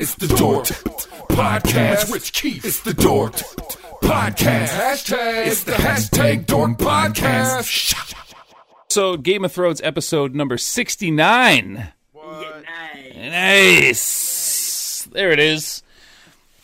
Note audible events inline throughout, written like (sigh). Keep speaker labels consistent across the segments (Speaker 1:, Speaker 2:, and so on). Speaker 1: It's the Dork Podcast. Rich Keith. It's the Dork Podcast. Hashtag. It's the hashtag Dork Podcast.
Speaker 2: So, Game of Thrones episode number 69. Nice. There it is.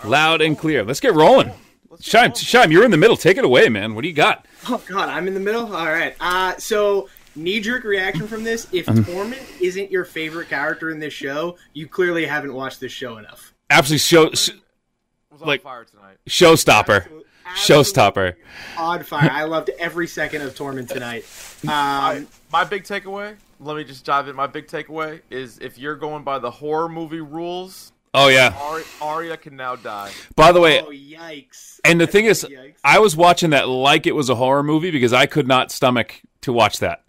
Speaker 2: Loud and clear. Let's get rolling. Shime, Shime, you're in the middle. Take it away, man. What do you got?
Speaker 3: Oh god, I'm in the middle. All right. Uh, so knee jerk reaction from this: if Torment isn't your favorite character in this show, you clearly haven't watched this show enough.
Speaker 2: Absolutely show, sh-
Speaker 4: was on
Speaker 2: Like-
Speaker 4: fire tonight.
Speaker 2: showstopper.
Speaker 3: Absolute-
Speaker 2: Showstopper.
Speaker 3: Odd fire. I loved every second of
Speaker 2: (laughs)
Speaker 3: Torment tonight.
Speaker 4: I,
Speaker 3: Um,
Speaker 4: my big takeaway. Let me just dive in. My big takeaway is if you're going by the horror movie rules,
Speaker 2: Oh yeah.
Speaker 4: Ari, Arya can now die.
Speaker 2: By the way,
Speaker 3: oh yikes!
Speaker 2: and the thing is,
Speaker 3: Yikes.
Speaker 2: I was watching that like it was a horror movie because I could not stomach to watch that.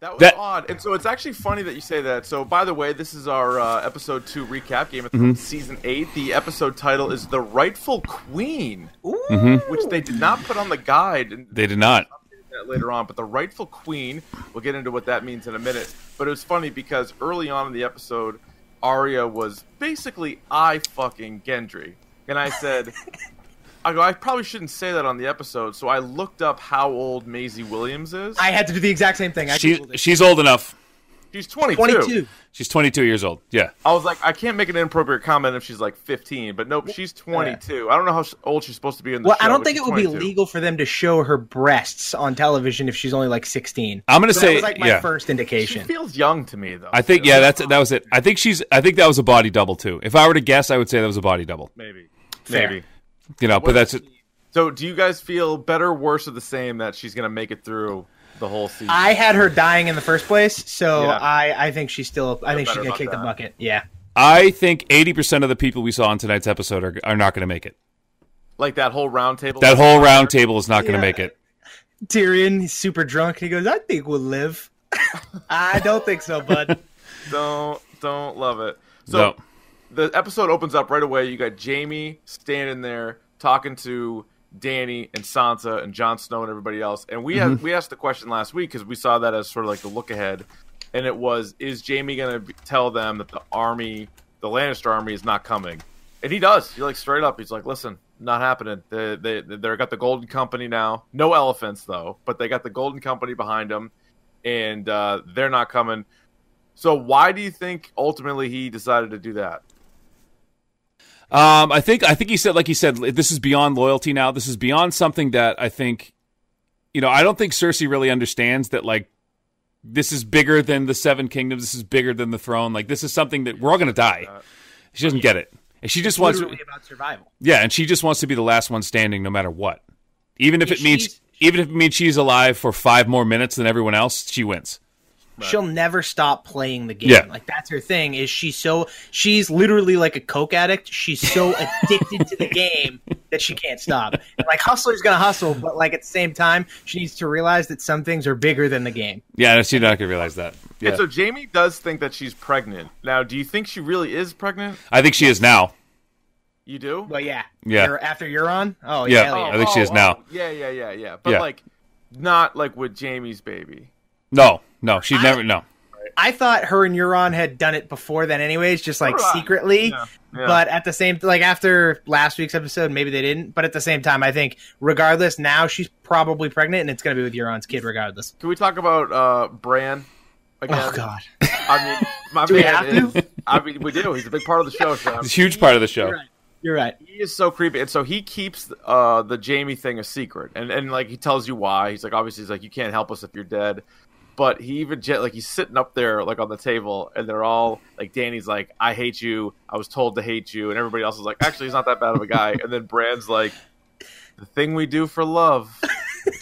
Speaker 4: That was
Speaker 2: That-
Speaker 4: odd. And so it's actually funny that you say that. So by the way, this is our uh, episode two recap, Game of Thrones
Speaker 2: Mm-hmm.
Speaker 4: season eight. The episode title is "The Rightful Queen," which they did not put on the guide. And
Speaker 2: They did not.
Speaker 4: that later on, but the rightful queen, we'll get into what that means in a minute. But it was funny because early on in the episode, Arya was basically I fucking Gendry. And I said, (laughs) I go, I probably shouldn't say that on the episode. So I looked up how old Maisie Williams is.
Speaker 3: I had to do the exact same thing. I
Speaker 2: She
Speaker 3: googled it.
Speaker 2: she's old enough.
Speaker 4: She's 22.
Speaker 3: 22.
Speaker 2: She's 22 years old. Yeah.
Speaker 4: I was like, I can't make an inappropriate comment if she's like 15, but nope, she's 22. I don't know how sh- old she's supposed to be in the
Speaker 3: Well,
Speaker 4: show,
Speaker 3: I don't
Speaker 4: but
Speaker 3: think it
Speaker 4: she's
Speaker 3: would be
Speaker 4: 22.
Speaker 3: legal for them to show her breasts on television if she's only like 16.
Speaker 2: I'm gonna
Speaker 3: So that
Speaker 2: say
Speaker 3: was like my
Speaker 2: yeah.
Speaker 3: first
Speaker 4: She
Speaker 3: indication.
Speaker 4: feels young to me, though.
Speaker 2: I think yeah, that's that was it. I think she's I think that was a body double too. If I were to guess, I would say that was a body double.
Speaker 4: Maybe.
Speaker 3: Fair.
Speaker 4: Maybe.
Speaker 2: You know, but that's it.
Speaker 4: So, do you guys feel better, worse, or the same that she's gonna make it through the whole season?
Speaker 3: I had her dying in the first place, so
Speaker 4: Yeah.
Speaker 3: I, I think she's still. I think she's
Speaker 4: better
Speaker 3: gonna
Speaker 4: about
Speaker 3: kick the
Speaker 4: that.
Speaker 3: bucket. Yeah.
Speaker 2: I think 80% of the people we saw on tonight's episode are, are not going to make it.
Speaker 4: like that whole round table.
Speaker 2: That whole round table is not going
Speaker 3: Yeah.
Speaker 2: to make it.
Speaker 3: Tyrion, he's super drunk, and he goes, "I think we'll
Speaker 4: (laughs)
Speaker 3: live." I don't think so,
Speaker 2: (laughs)
Speaker 3: bud.
Speaker 4: don't don't love it. So
Speaker 2: No.
Speaker 4: the episode opens up right away. You got Jamie standing there talking to Danny and Sansa and Jon Snow and everybody else. And we had, we asked the question last week because we saw that as sort of like the look ahead, and it was: Is Jamie going to tell them that the army, the Lannister army, is not coming? And he does. He like straight up. He's like, "Listen, not happening. They they they got the Golden Company now. No elephants though, but they got the Golden Company behind them, and uh, they're not coming." So why do you think ultimately he decided to do that?
Speaker 2: Um, I think I think he said like he said this is beyond loyalty now. This is beyond something that I think you know, I don't think Cersei really understands that like this is bigger than the seven kingdoms. This is bigger than the throne. Like this is something that we're all going to die. She doesn't get it. And she just wants
Speaker 3: Literally about survival.
Speaker 2: Yeah, and she just wants to be the last one standing no matter what. Even if
Speaker 3: Yeah,
Speaker 2: it means
Speaker 3: she's-
Speaker 2: even if it means she's alive for five more minutes than everyone else, she wins.
Speaker 3: She'll never stop playing the game.
Speaker 2: Yeah.
Speaker 3: Like that's her thing. Is she's so she's literally like a coke addict. She's
Speaker 4: (laughs)
Speaker 3: so addicted to the game that she can't stop. And, like hustler's gonna hustle, but like at the same time, she needs to realize that some things are bigger than the game.
Speaker 2: Yeah, she's not gonna realize that. Yeah.
Speaker 4: And so Jamie does think that she's pregnant. Now, do you think she really is pregnant?
Speaker 2: I think she is now.
Speaker 4: You do?
Speaker 3: But yeah,
Speaker 2: Yeah.
Speaker 3: You're- after you're on, oh
Speaker 2: Yeah.
Speaker 3: yeah, hell yeah.
Speaker 2: I think she is now.
Speaker 4: Yeah, yeah, yeah, yeah. But
Speaker 2: Yeah.
Speaker 4: like not like with Jamie's baby.
Speaker 2: No, no, she never. No,
Speaker 3: I thought her and Euron had done it before then, anyways, just like
Speaker 4: Right.
Speaker 3: secretly.
Speaker 4: Yeah, yeah.
Speaker 3: But at the same, like after last week's episode, maybe they didn't. But at the same time, I think regardless, now she's probably pregnant, and it's gonna be with Euron's kid, regardless.
Speaker 4: Can we talk about uh Bran again?
Speaker 3: Oh God,
Speaker 4: I mean my
Speaker 3: Do we
Speaker 4: man
Speaker 3: have to?
Speaker 4: is I mean we do. He's a big part of the
Speaker 2: (laughs)
Speaker 4: show, Sean.
Speaker 2: it's a huge part of the show.
Speaker 3: you're right. You're right.
Speaker 4: He is so creepy, and so he keeps uh, the Jamie thing a secret, and and like he tells you why. He's like, obviously, he's like, you can't help us if you're dead, But he even jet like he's sitting up there like on the table, and they're all like Danny's like, "I hate you. I was told to hate you," and everybody else is like, "Actually, he's not that bad of a guy." And then Brand's like, "The thing we do for love,"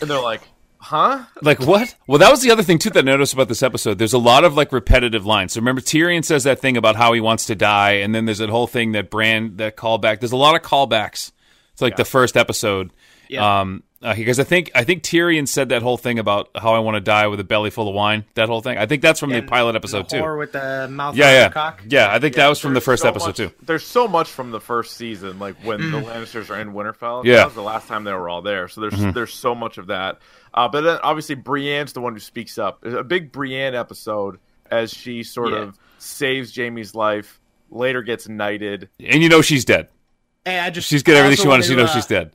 Speaker 4: and they're like, "Huh?"
Speaker 2: Like what? Well, that was the other thing too that I noticed about this episode. There's a lot of like repetitive lines. So remember, Tyrion says that thing about how he wants to die, and then there's that whole thing that Brand that callback. There's a lot of callbacks. It's like the first episode.
Speaker 3: Yeah.
Speaker 2: Um, uh, because I think I think Tyrion said that whole thing about how I want to die with a belly full of wine. That whole thing. I think that's from the
Speaker 3: And
Speaker 2: pilot episode
Speaker 3: the
Speaker 2: too.
Speaker 3: whore with the mouth
Speaker 2: yeah,
Speaker 3: on her
Speaker 2: yeah,
Speaker 3: cock.
Speaker 2: yeah. I think that was from the
Speaker 4: There's
Speaker 2: first
Speaker 4: so
Speaker 2: episode
Speaker 4: much-
Speaker 2: too.
Speaker 4: There's so much from the first season, like when the
Speaker 3: Mm.
Speaker 4: Lannisters are in Winterfell.
Speaker 2: Yeah. Mm-hmm.
Speaker 4: that was the last time they were all there. So there's there's so much of that. Uh, but then obviously Brienne's the one who speaks up. A big Brienne episode as she sort
Speaker 3: Yeah.
Speaker 4: of saves Jamie's life. Later gets knighted.
Speaker 2: And you know she's dead.
Speaker 3: Hey, I just
Speaker 2: She's got
Speaker 3: I
Speaker 2: everything
Speaker 3: also
Speaker 2: she wanted.
Speaker 3: wanted
Speaker 2: She
Speaker 3: to,
Speaker 2: knows
Speaker 3: uh,
Speaker 2: she's dead.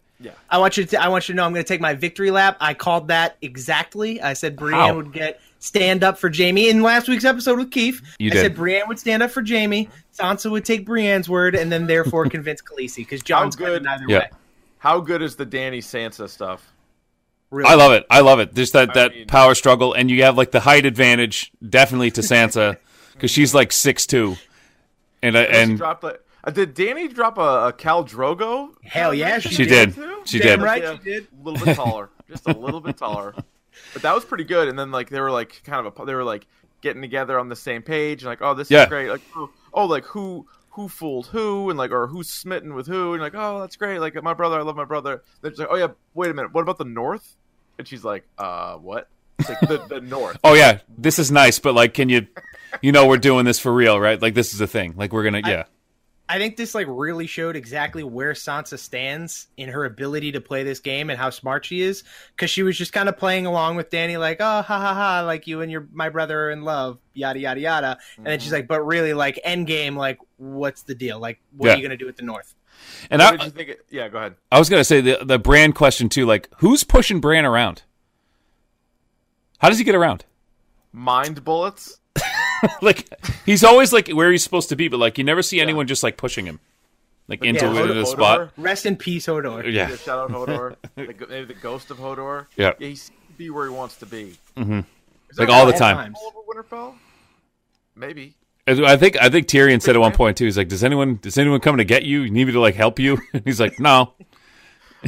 Speaker 3: I want you to I want you to know I'm going to take my victory lap. I called that exactly. I said Brienne
Speaker 2: How?
Speaker 3: would get stand up for Jamie in last week's episode with Keith.
Speaker 2: You
Speaker 3: I
Speaker 2: did.
Speaker 3: said Brienne would stand up for Jamie. Sansa would take Brienne's word and then
Speaker 2: (laughs)
Speaker 3: therefore convince Khaleesi because John's
Speaker 4: How
Speaker 3: good
Speaker 4: good-
Speaker 3: neither
Speaker 2: Yeah.
Speaker 3: way.
Speaker 4: How good is the Danny Sansa stuff?
Speaker 3: Really.
Speaker 2: I love it. I love it. There's that, that
Speaker 4: mean-
Speaker 2: power struggle, and you have like the height advantage definitely to Sansa because she's like six two, and I
Speaker 4: she
Speaker 2: and
Speaker 4: dropped a, uh, did Danny drop a, a Cal Drogo?
Speaker 3: Hell yeah, she,
Speaker 2: she
Speaker 3: did.
Speaker 2: did.
Speaker 4: too?
Speaker 2: She
Speaker 3: Damn
Speaker 2: did.
Speaker 3: right.
Speaker 4: Yeah,
Speaker 3: she did.
Speaker 4: A little bit taller, just a little bit taller. But that was pretty good. And then like they were like kind of a, they were like getting together on the same page and like oh this
Speaker 2: Yeah.
Speaker 4: is great like oh, oh like who who fooled who and like or who's smitten with who and like oh that's great like my brother I love my brother. They're just like oh yeah wait a minute what about the North? And she's like uh what? It's like the the North.
Speaker 2: (laughs) Oh yeah, this is nice, but like, can you, you know, we're doing this for real, right? Like this is a thing. Like we're gonna, yeah,
Speaker 3: I think this like really showed exactly where Sansa stands in her ability to play this game and how smart she is because she was just kind of playing along with Danny like oh ha ha ha like you and your my brother are in love yada yada yada and then she's like but really like end game like what's the deal like what
Speaker 2: Yeah.
Speaker 3: are you gonna do with the North
Speaker 2: and
Speaker 4: What did you
Speaker 2: I,
Speaker 4: think? It, yeah, go ahead.
Speaker 2: I was gonna say the the brand question too. Like, who's pushing Bran around? How does he get around? (laughs)
Speaker 4: Mind bullets.
Speaker 2: like, he's always like where he's supposed to be, but like you never see anyone just like pushing him, like into
Speaker 3: yeah,
Speaker 2: it
Speaker 4: Hodor-
Speaker 2: in a
Speaker 4: Hodor.
Speaker 2: spot.
Speaker 3: rest in peace Hodor
Speaker 2: Yeah,
Speaker 4: Yeah, shout
Speaker 2: (laughs)
Speaker 4: out Hodor. the, g- maybe the ghost of Hodor.
Speaker 2: Yeah.
Speaker 4: yeah he seems to be where he wants to be.
Speaker 2: like all the
Speaker 3: All
Speaker 2: time.
Speaker 3: times.
Speaker 4: all over Winterfell? Maybe.
Speaker 2: As- I think I think Tyrion said at
Speaker 3: (laughs)
Speaker 2: one point too. He's like, "Does anyone does anyone come to get you? You need me to like help you?" (laughs) he's like, "No."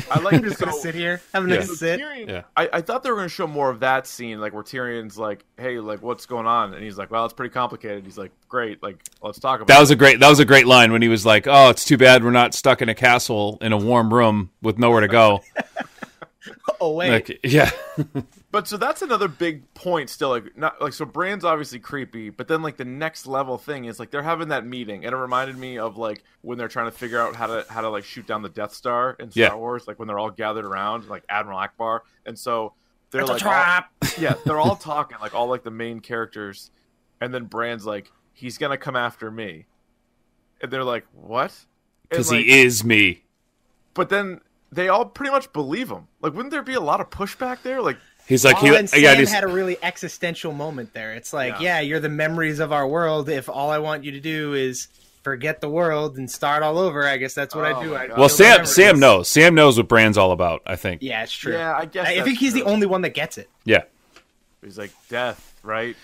Speaker 4: I
Speaker 3: (laughs)
Speaker 4: like this.
Speaker 3: just gonna sit here having a
Speaker 2: Yeah.
Speaker 3: nice sit
Speaker 4: Tyrion,
Speaker 2: Yeah.
Speaker 4: I, I thought they were going to show more of that scene, like where Tyrion's like, "Hey, like, what's going on?" And he's like, "Well, it's pretty complicated." He's like, "Great, like, let's talk about."
Speaker 2: That was a great that was a great line when he was like, "Oh, it's too bad we're not stuck in a castle in a warm room with nowhere to go."
Speaker 3: oh wait
Speaker 2: Like, yeah,
Speaker 4: it. But so that's another big point. Still, like, not like so. Brand's obviously creepy, but then like the next level thing is like they're having that meeting, and it reminded me of like when they're trying to figure out how to how to like shoot down the Death Star in Star
Speaker 2: Yeah.
Speaker 4: Wars, like when they're all gathered around, like Admiral Akbar, and so they're
Speaker 3: it's
Speaker 4: like
Speaker 3: a
Speaker 4: all-
Speaker 3: trap
Speaker 4: yeah,
Speaker 2: (laughs)
Speaker 4: they're all talking like all like the main characters, and then Brand's like, he's gonna come after me, and they're like, what?
Speaker 2: because
Speaker 4: like,
Speaker 2: he is me.
Speaker 4: But then they all pretty much believe him. Like, wouldn't there be a lot of pushback there? Like,
Speaker 2: He's like,
Speaker 3: Paul and
Speaker 2: he,
Speaker 3: Sam
Speaker 2: yeah, he's,
Speaker 3: had a really existential moment there. It's like, yeah.
Speaker 4: Yeah.
Speaker 3: you're the memories of our world. If all I want you to do is forget the world and start all over, I guess that's what
Speaker 4: Oh
Speaker 3: I do.
Speaker 4: my
Speaker 3: I
Speaker 4: God.
Speaker 3: kill
Speaker 2: well,
Speaker 3: the
Speaker 2: Sam
Speaker 3: memories.
Speaker 2: Sam knows. Sam knows what Brand's all about. I think.
Speaker 3: Yeah, it's true.
Speaker 4: Yeah, I guess
Speaker 3: I
Speaker 4: that's
Speaker 3: think he's
Speaker 4: true.
Speaker 3: the only one that gets it.
Speaker 2: yeah.
Speaker 4: he's like death, right?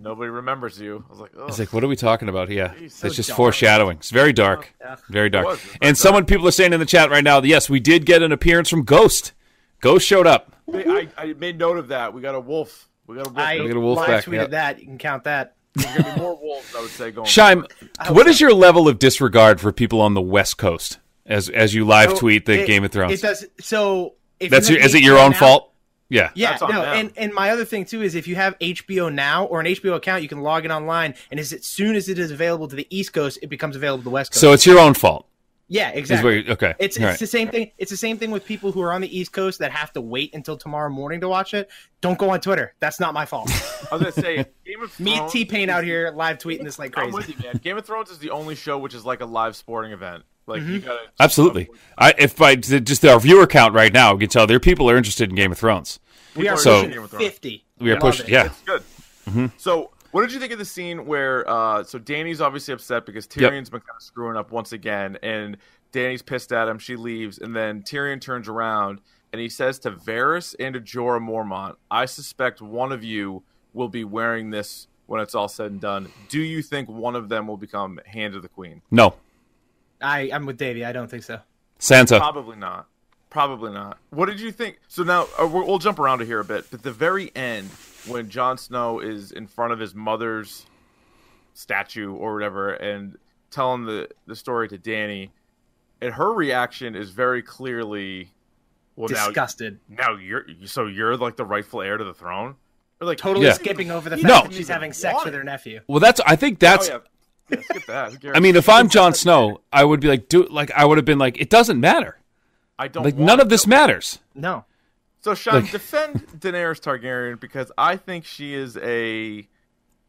Speaker 4: Nobody remembers you. I was like, oh,
Speaker 2: It's like, what are we talking about here?
Speaker 4: so
Speaker 2: it's just
Speaker 3: dark.
Speaker 2: foreshadowing. It's very dark.
Speaker 3: Oh, Yeah.
Speaker 2: Very dark.
Speaker 4: was. It was
Speaker 2: and someone, people are saying in the chat right now, that, yes, we did get an appearance from Ghost. Ghost showed up.
Speaker 4: I, I made note of that. We got a wolf. We got a wolf.
Speaker 3: I
Speaker 2: Gotta
Speaker 4: There's
Speaker 2: get a wolf
Speaker 3: live
Speaker 2: back,
Speaker 3: tweeted
Speaker 2: yeah.
Speaker 3: that. You can count that.
Speaker 4: gonna be more wolves, I would say. Going.
Speaker 2: Shime, what is your level of disregard for people on the West Coast as as you live
Speaker 4: Oh,
Speaker 3: So
Speaker 2: tweet the
Speaker 3: it-
Speaker 2: Game of Thrones?
Speaker 3: It does. So if
Speaker 2: That's
Speaker 3: you
Speaker 2: your,
Speaker 3: have
Speaker 2: is it your
Speaker 3: HBO
Speaker 2: own
Speaker 3: now-
Speaker 2: fault? Yeah.
Speaker 3: Yeah,
Speaker 4: That's on
Speaker 3: no,
Speaker 4: them.
Speaker 3: and and my other thing too is if you have HBO now or an HBO account, you can log in online, and as soon as it is available to the East Coast, it becomes available to the West Coast.
Speaker 2: So it's your own fault.
Speaker 3: yeah,
Speaker 2: Is
Speaker 3: exactly.
Speaker 2: where you, okay.
Speaker 3: It's,
Speaker 2: All
Speaker 3: it's
Speaker 2: right.
Speaker 3: the same thing. It's the same thing with people who are on the East Coast that have to wait until tomorrow morning to watch it. Don't go on Twitter. That's not my
Speaker 4: (laughs)
Speaker 3: fault.
Speaker 4: I was gonna say Game of
Speaker 3: Me and
Speaker 4: Thrones-
Speaker 3: T Pain out here live tweeting this like
Speaker 4: I'm
Speaker 3: crazy.
Speaker 4: with you, man. Game of Thrones is the only show which is like a live sporting event. Like you gotta
Speaker 2: Absolutely. I, if I just our viewer count right now, we can tell there are people who are interested in Game of Thrones.
Speaker 3: We are
Speaker 2: So-
Speaker 3: pushing fifty.
Speaker 2: We are
Speaker 3: Love
Speaker 2: pushed.
Speaker 3: it.
Speaker 2: Yeah.
Speaker 4: It's good. So, what did you think of the scene where? Uh, so Danny's obviously upset because Tyrion's been kind of screwing up once again, and Danny's pissed at him. She leaves, and then Tyrion turns around and he says to Varys and to Jorah Mormont, "I suspect one of you will be wearing this when it's all said and done. Do you think one of them will become Hand of the Queen?
Speaker 2: No,
Speaker 3: I, I'm with Davey. I don't think so.
Speaker 2: (laughs) Santa.
Speaker 4: Probably not. Probably not. What did you think? So now uh, we'll we'll jump around to here a bit, but the very end when Jon Snow is in front of his mother's statue or whatever and telling the the story to Danny, and her reaction is very clearly, well, now
Speaker 3: Disgusted.
Speaker 4: now you're so you're like the rightful heir to the throne. Or like
Speaker 3: Totally
Speaker 2: Yeah.
Speaker 3: skipping over the
Speaker 4: You
Speaker 3: fact
Speaker 2: don't
Speaker 3: that she's
Speaker 4: even
Speaker 3: having sex
Speaker 4: want
Speaker 3: with
Speaker 4: it.
Speaker 3: her nephew.
Speaker 2: Well, that's. I think
Speaker 4: Oh
Speaker 2: that's.
Speaker 4: yeah, yeah skip that. Who cares?
Speaker 2: I mean, if I'm Jon Snow, I would be like, do like I would have been like, it doesn't matter.
Speaker 4: I don't
Speaker 2: Like
Speaker 4: want
Speaker 2: none of
Speaker 4: it.
Speaker 2: this matters.
Speaker 3: No.
Speaker 4: So Sean,
Speaker 2: Like- (laughs)
Speaker 4: defend Daenerys Targaryen because I think she is a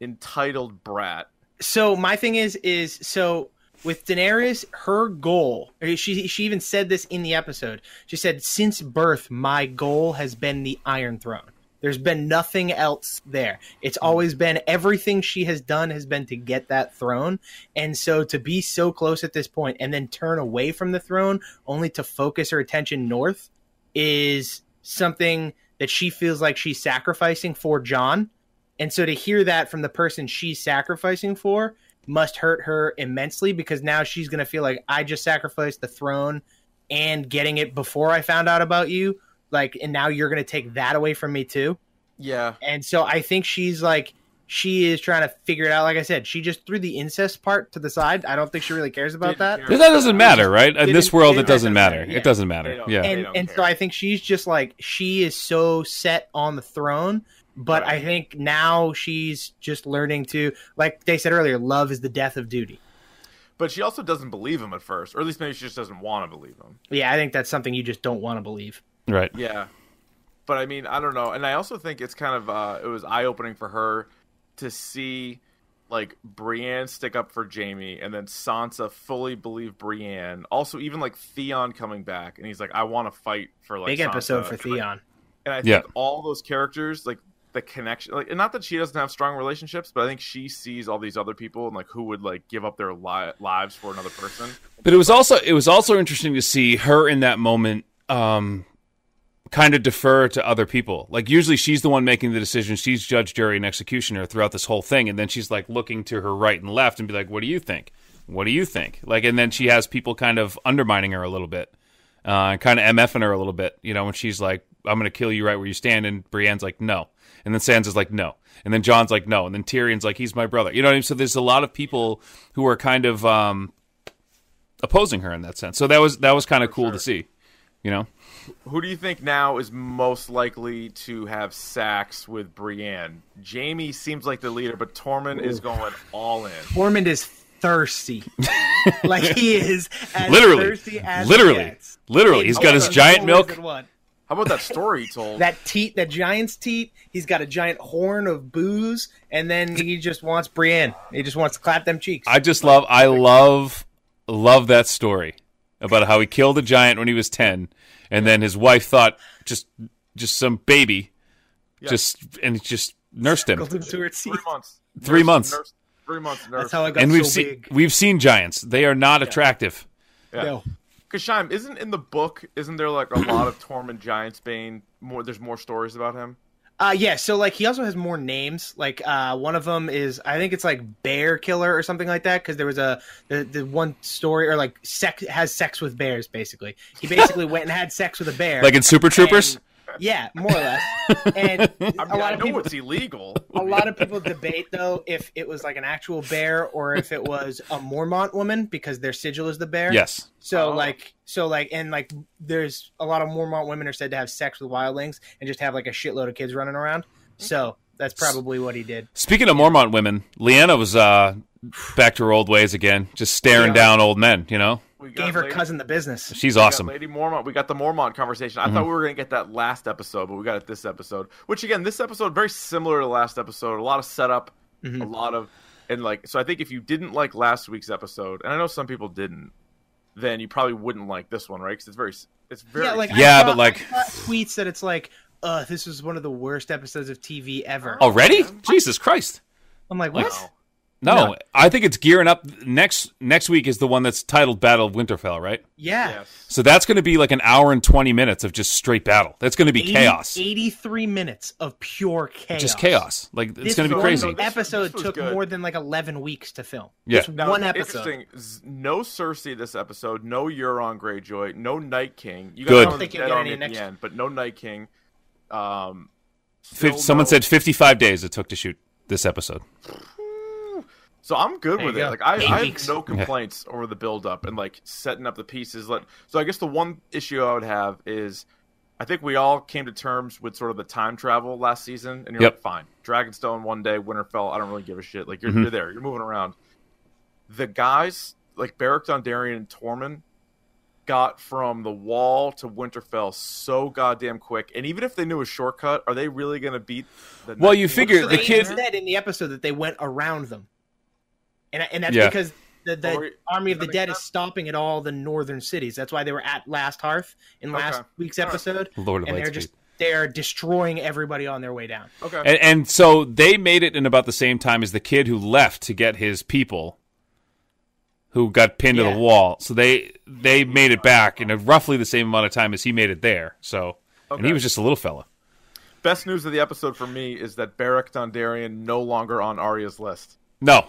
Speaker 4: entitled brat. Yeah,
Speaker 3: And so I think she's like, she is trying to figure it out. Like I said, she just threw the incest part to the side. I don't think she really cares about
Speaker 4: Didn't
Speaker 3: that.
Speaker 4: care.
Speaker 2: That doesn't matter, right? In this
Speaker 3: didn't-
Speaker 2: world,
Speaker 3: they
Speaker 2: it doesn't
Speaker 3: don't-
Speaker 2: matter.
Speaker 3: yeah.
Speaker 2: It doesn't
Speaker 4: They
Speaker 2: matter.
Speaker 4: don't-
Speaker 2: Yeah.
Speaker 4: they
Speaker 3: and
Speaker 4: don't
Speaker 3: and
Speaker 4: care.
Speaker 3: so I think she's just like she is so set on the throne, but I think now she's just learning to like they said earlier, love is the death of duty.
Speaker 4: but she also doesn't believe him at first, or at least maybe she just doesn't want to believe him.
Speaker 3: Yeah, I think that's something you just don't want to believe.
Speaker 2: Right.
Speaker 4: Yeah, but I mean, I don't know, and I also think it's kind of uh, it was eye opening for her to see like Brienne stick up for Jamie, and then Sansa fully believe Brienne. Also, even like Theon coming back, and he's like, "I want to fight for like
Speaker 3: Big
Speaker 4: Sansa."
Speaker 3: episode for
Speaker 4: And, like,
Speaker 3: Theon.
Speaker 4: And I think
Speaker 2: Yeah.
Speaker 4: all those characters, like the connection, like, and not that she doesn't have strong relationships, but I think she sees all these other people and like who would like give up their li- lives for another person.
Speaker 2: But it was also it was also interesting to see her in that moment um kind of defer to other people. Like usually she's the one making the decision. She's judge, jury, and executioner throughout this whole thing and then she's like looking to her right and left and be like, "What do you think? What do you think?" Like and then she has people kind of undermining her a little bit. Uh kind of MFing her a little bit, you know, when she's like, "I'm going to kill you right where you stand." And Brienne's like, "No." And then Sansa's like, "No." And then John's like, "No." And then Tyrion's like, "He's my brother." You know what I mean? So there's a lot of people who are kind of um opposing her in that sense. So that was that was kind of cool to see. You know,
Speaker 4: Who do you think now is most likely to have sex with Brienne? Jamie seems like the leader, but Tormund is going all in.
Speaker 3: Tormund is
Speaker 2: (laughs)
Speaker 3: thirsty. like he is as
Speaker 2: literally,
Speaker 3: thirsty as
Speaker 2: literally,
Speaker 3: it gets.
Speaker 2: literally, he's got his
Speaker 3: Always
Speaker 2: giant
Speaker 3: and
Speaker 2: milk.
Speaker 3: one.
Speaker 4: How about
Speaker 3: (laughs)
Speaker 4: that story he told?
Speaker 3: That teat, that giant's teat. He's got a giant horn of booze, and then he just wants Brienne. He just wants to clap them cheeks.
Speaker 2: I just love, I love, love that story about how he killed a giant when he was ten, and then his wife thought just, just some baby, just and just nursed him.
Speaker 3: Circled him to her teeth.
Speaker 4: three months.
Speaker 2: Three
Speaker 4: Nurse-
Speaker 2: months.
Speaker 4: nurse- three months. Nurse.
Speaker 3: That's how I got
Speaker 2: And
Speaker 3: so
Speaker 2: we've seen
Speaker 3: big.
Speaker 2: we've seen giants. They are not attractive.
Speaker 3: No.
Speaker 4: Kashaim, isn't in the book? Isn't there like a lot of Tormund Giantsbane? More. There's more stories about him.
Speaker 3: Uh, yeah, so like he also has more names. Like uh, one of them is I think it's like Bear Killer or something like that because there was a the, the one story or like sex has sex with bears basically. He basically went and had sex with a bear.
Speaker 2: Like in Super Troopers,
Speaker 3: And- yeah, more or less. And
Speaker 4: I,
Speaker 3: a
Speaker 4: mean,
Speaker 3: lot
Speaker 4: I
Speaker 3: of
Speaker 4: know
Speaker 3: people
Speaker 4: it's illegal.
Speaker 3: a lot of people debate though if it was like an actual bear or if it was a Mormont woman because their sigil is the bear.
Speaker 2: yes.
Speaker 3: So
Speaker 4: Oh.
Speaker 3: like so like and like there's a lot of Mormont women are said to have sex with wildlings and just have like a shitload of kids running around.
Speaker 4: Hmm.
Speaker 3: So that's probably what he did.
Speaker 2: Speaking of Mormont women, Leanna was uh, back to her old ways again, just staring down old men. You know,
Speaker 4: We got
Speaker 3: Gave her
Speaker 4: Lady-
Speaker 3: cousin the business.
Speaker 2: she's
Speaker 4: we got
Speaker 2: awesome. Mm-hmm.
Speaker 4: Lady Mormont. We got the Mormont conversation. I thought we were going to get that last episode, but we got it this episode. Which again, this episode very similar to last episode. A lot of setup,
Speaker 3: Mm-hmm.
Speaker 4: a lot of and like. So I think if you didn't like last week's episode, and I know some people didn't, then you probably wouldn't like this one, right? Because it's very, s- it's very.
Speaker 3: Yeah, like I
Speaker 2: Yeah,
Speaker 3: saw-
Speaker 2: but, like-
Speaker 3: I saw tweets that it's like, uh, this was one of the worst episodes of TV ever.
Speaker 2: Already? Jesus Christ.
Speaker 3: I'm like, what?
Speaker 4: Oh, Wow.
Speaker 2: No, I think it's gearing up. Next next week is the one that's titled Battle of Winterfell, right?
Speaker 3: Yeah.
Speaker 4: Yes.
Speaker 2: So that's going to be like an hour and 20 minutes of just straight battle. That's going to be
Speaker 3: 80
Speaker 2: chaos.
Speaker 3: 83 minutes of pure chaos.
Speaker 2: Just e- chaos. Like it's
Speaker 3: This
Speaker 2: going to be
Speaker 3: one
Speaker 2: crazy.
Speaker 4: this-
Speaker 3: episode
Speaker 4: this was
Speaker 3: took
Speaker 4: good.
Speaker 3: more than like 11 weeks to film.
Speaker 2: Yeah.
Speaker 3: Just (laughs)
Speaker 4: Now,
Speaker 3: one
Speaker 4: it's
Speaker 3: episode.
Speaker 4: Interesting. z- No Cersei this episode. No Euron Greyjoy. No Night King. You
Speaker 2: Good. I
Speaker 4: got
Speaker 2: don't
Speaker 4: the
Speaker 3: think you'll
Speaker 4: Dead
Speaker 3: get
Speaker 4: Army
Speaker 3: any
Speaker 4: at
Speaker 3: next-
Speaker 4: the end, but no Night King. Um,
Speaker 2: Fif-
Speaker 4: still
Speaker 2: someone
Speaker 4: no-
Speaker 2: said 55 days it took to shoot this episode.
Speaker 4: So I'm good
Speaker 3: There
Speaker 4: with it.
Speaker 3: you go.
Speaker 4: Like I,
Speaker 3: Eight
Speaker 4: I
Speaker 3: weeks.
Speaker 4: have no complaints over the build up and like setting up the pieces. Let so I guess the one issue I would have is I think we all came to terms with sort of the time travel last season, and you're
Speaker 2: Yep.
Speaker 4: like, fine, Dragonstone one day, Winterfell. I don't really give a shit. Like you're,
Speaker 2: Mm-hmm.
Speaker 4: you're there, you're moving around. The guys like Barrack Dondarrion and Tormund got from the wall to Winterfell so goddamn quick, and even if they knew a shortcut, are they really going to beat? the
Speaker 2: Well,
Speaker 4: Night
Speaker 2: you
Speaker 4: King?
Speaker 2: figure
Speaker 3: So
Speaker 2: the
Speaker 3: they
Speaker 2: kid-
Speaker 3: said in the episode that they went around them, and and that's
Speaker 2: Yeah.
Speaker 3: because the, the
Speaker 4: Or-
Speaker 3: army of the
Speaker 4: that
Speaker 3: dead
Speaker 4: makes
Speaker 3: is stopping at all the northern cities. That's why they were at Last Hearth in last
Speaker 4: Okay.
Speaker 3: week's
Speaker 4: All right.
Speaker 3: episode,
Speaker 2: Lord of
Speaker 3: and they're
Speaker 2: Lightspeed.
Speaker 3: just they're destroying everybody on their way down.
Speaker 4: okay.
Speaker 2: And, and so they made it in about the same time as the kid who left to get his people, who got pinned to
Speaker 3: Yeah.
Speaker 2: the wall. So they they made it back in a roughly the same amount of time as he made it there. So and he
Speaker 4: Okay.
Speaker 2: was just a little fella.
Speaker 4: Best news of the episode for me is that Barrack Dondarrion no longer on Arya's list.
Speaker 2: No,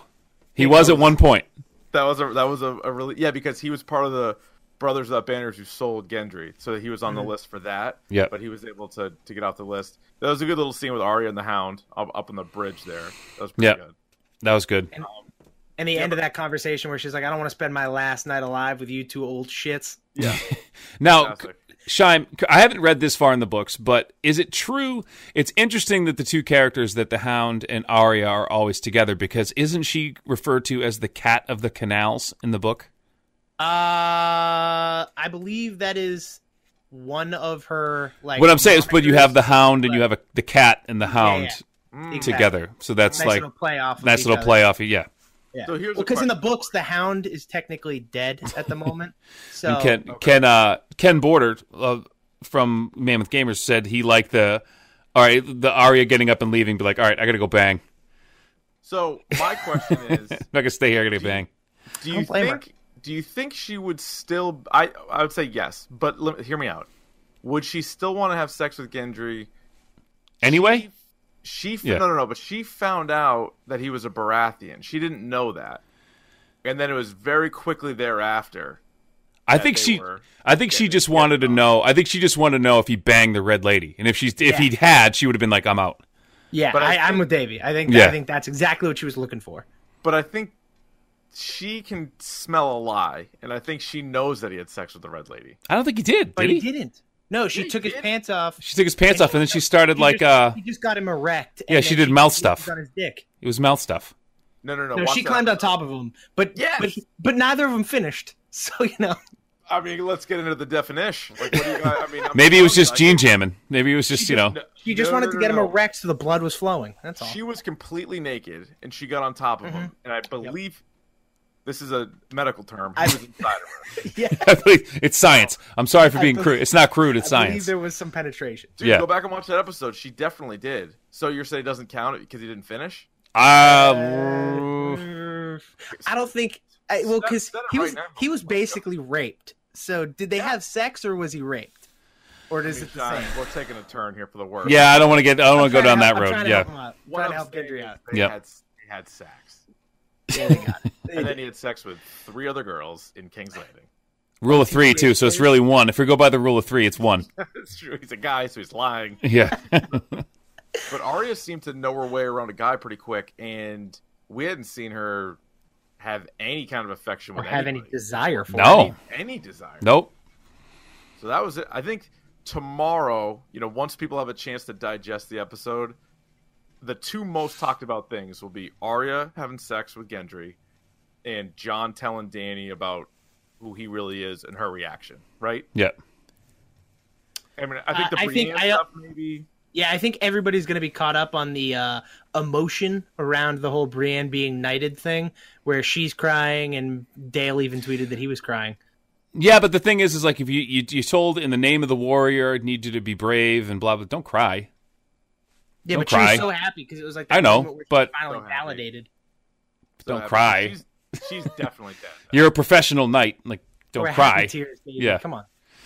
Speaker 2: he was at one point.
Speaker 4: That was a that was a, a really yeah because he was part of the Brothers Without Banners who sold Gendry, so he was on the list for that.
Speaker 2: Yep.
Speaker 4: but he was able to to get off the list. That was a good little scene with Arya and the Hound up, up on the bridge there. That was pretty
Speaker 2: Yep.
Speaker 4: good.
Speaker 2: That was good.
Speaker 3: And the end of that conversation where she's like, "I don't want to spend my last night alive with you two old shits."
Speaker 2: Now,
Speaker 4: Fantastic.
Speaker 2: Shime, I haven't read this far in the books, but is it true? It's interesting that the two characters that the Hound and Arya are always together because isn't she referred to as the cat of the canals in the book?
Speaker 3: Uh, I believe that is one of her like.
Speaker 2: what I'm saying is, but you
Speaker 3: monikers.
Speaker 2: have the Hound and you have a, the cat and the Hound
Speaker 3: Exactly.
Speaker 2: together, so that's
Speaker 3: Nice
Speaker 2: like
Speaker 3: little play off. of
Speaker 2: nice
Speaker 3: each
Speaker 2: little
Speaker 3: other.
Speaker 2: play off. Yeah,
Speaker 3: Yeah.
Speaker 4: So here's a
Speaker 3: because in the
Speaker 4: question
Speaker 3: books the Hound is technically dead at the moment.
Speaker 4: (laughs)
Speaker 3: So
Speaker 2: and Ken Ken uh, Ken Border uh, from Mammoth Gamers said he liked the all right the Arya getting up and leaving, be like, all right, I gotta go bang.
Speaker 4: So my question
Speaker 3: (laughs)
Speaker 4: is,
Speaker 2: I'm not gonna stay here. I gotta go bang.
Speaker 4: do you
Speaker 3: blame her.
Speaker 4: think do you think she would still? I I would say yes, but let, hear me out. Would she still want to have sex with Gendry?
Speaker 2: Anyway,
Speaker 4: She f
Speaker 2: Yeah.
Speaker 4: no no no, but she found out that he was a Baratheon. She didn't know that, and then it was very quickly thereafter.
Speaker 2: I think
Speaker 4: they
Speaker 2: she.
Speaker 4: were
Speaker 2: I think she just wanted to know. I think she just wanted to know if he banged the red lady, and if she's if he had, she would have been like, "I'm out."
Speaker 3: yeah,
Speaker 4: But I
Speaker 3: I,
Speaker 4: think-
Speaker 3: I'm with Davey. I think
Speaker 2: Yeah.
Speaker 3: I think that's exactly what she was looking for.
Speaker 4: But I think she can smell a lie, and I think she knows that he had sex with the Red Lady.
Speaker 2: I don't think he did.
Speaker 3: But
Speaker 2: Did
Speaker 3: he,
Speaker 2: he?
Speaker 3: didn't. No, she took his pants off.
Speaker 2: She took his pants off, and then she started
Speaker 3: He
Speaker 2: like,
Speaker 3: just,
Speaker 2: uh,
Speaker 3: he just got him erect. and
Speaker 2: Yeah, she
Speaker 3: then
Speaker 2: did mouth
Speaker 3: he
Speaker 2: stuff.
Speaker 3: was on his dick.
Speaker 2: it was mouth stuff.
Speaker 4: No no no.
Speaker 3: No,
Speaker 4: Oh, watch
Speaker 3: she
Speaker 4: that.
Speaker 3: climbed on top of him, but
Speaker 4: Yes!
Speaker 3: but but neither of them finished. (laughs) So you know,
Speaker 4: I mean, let's get into the definition. Like, what do you, I I mean, I'm
Speaker 2: Maybe it was just
Speaker 4: I
Speaker 2: gene
Speaker 4: think-
Speaker 2: jamming. Maybe it was just you know.
Speaker 4: No,
Speaker 3: she just
Speaker 4: no,
Speaker 3: wanted
Speaker 4: no,
Speaker 3: to
Speaker 4: no,
Speaker 3: get
Speaker 4: no.
Speaker 3: him erect so the blood was flowing. That's all.
Speaker 4: She was completely naked, and she got on top
Speaker 3: Mm-hmm.
Speaker 4: of him. And I believe this is a medical term. He
Speaker 3: I-
Speaker 4: was (laughs)
Speaker 3: (laughs)
Speaker 4: inside of
Speaker 3: (laughs)
Speaker 4: her.
Speaker 3: yeah,
Speaker 2: (laughs) I believe- it's science. I'm sorry for
Speaker 3: I
Speaker 2: being
Speaker 3: believe-
Speaker 2: crude. It's not crude. It's
Speaker 3: I believe
Speaker 2: science.
Speaker 3: there was some penetration.
Speaker 4: Dude,
Speaker 2: Yeah.
Speaker 4: go back and watch that episode. She definitely did. So you're saying it doesn't count because he didn't finish?
Speaker 2: Uh,
Speaker 3: Mm, I don't think. I, well,
Speaker 4: Set-
Speaker 3: because
Speaker 4: set it
Speaker 3: he
Speaker 4: right
Speaker 3: was
Speaker 4: now.
Speaker 3: he was basically raped. So did they have sex or was he raped? Or is it the
Speaker 4: Guys,
Speaker 3: same?
Speaker 4: we're taking a turn here for the worst.
Speaker 2: yeah, I don't want to get. I don't want to go down
Speaker 3: Trying to
Speaker 2: that
Speaker 3: help- I'm
Speaker 2: road.
Speaker 3: trying to help
Speaker 2: Yeah.
Speaker 3: him out.
Speaker 4: What
Speaker 3: Trying
Speaker 4: I'm
Speaker 3: to help
Speaker 4: saying
Speaker 3: Gendry
Speaker 4: is
Speaker 3: out.
Speaker 4: They,
Speaker 2: Yep.
Speaker 4: had, they had sex.
Speaker 3: Yeah, they got it.
Speaker 4: And then he had sex with three other girls in
Speaker 3: (laughs)
Speaker 4: King's Landing.
Speaker 2: Rule of three too. So it's really one. If we go by the rule of three, it's
Speaker 3: (laughs)
Speaker 2: one.
Speaker 4: That's true. He's a guy, so he's lying.
Speaker 2: Yeah.
Speaker 4: But Arya seemed to know her way around a guy pretty quick, and we hadn't seen her have any kind of affection
Speaker 3: Or
Speaker 4: with
Speaker 3: have any
Speaker 4: anybody.
Speaker 3: desire for
Speaker 2: No.
Speaker 3: it.
Speaker 4: any, any desire.
Speaker 2: Nope.
Speaker 4: So that was it. I think tomorrow, you know, once people have a chance to digest the episode, the two most talked about things will be Arya having sex with Gendry and John telling Danny about who he really is and her reaction, right?
Speaker 2: Yeah.
Speaker 4: I mean, I think the
Speaker 3: Uh, I
Speaker 4: Brienne
Speaker 3: think I-
Speaker 4: stuff maybe.
Speaker 3: Yeah, I think everybody's going to be caught up on the uh, emotion around the whole Brienne being knighted thing, where she's crying and Dale even tweeted that he was crying.
Speaker 2: Yeah, but the thing is, is like if you you you told in the name of the warrior, it need you to be brave and blah blah. Don't cry.
Speaker 3: Yeah,
Speaker 2: Don't
Speaker 3: but she
Speaker 2: cry.
Speaker 3: was so happy because it was like
Speaker 2: I
Speaker 3: that
Speaker 2: know,
Speaker 3: moment where she
Speaker 2: but-
Speaker 3: finally
Speaker 4: So happy.
Speaker 3: validated.
Speaker 2: Don't
Speaker 4: that,
Speaker 2: cry.
Speaker 4: She's,
Speaker 2: (laughs)
Speaker 4: she's definitely dead.
Speaker 2: You're a professional knight. Like, don't
Speaker 3: We're
Speaker 2: cry.
Speaker 3: Happy tears, baby.
Speaker 2: Yeah.
Speaker 3: come on.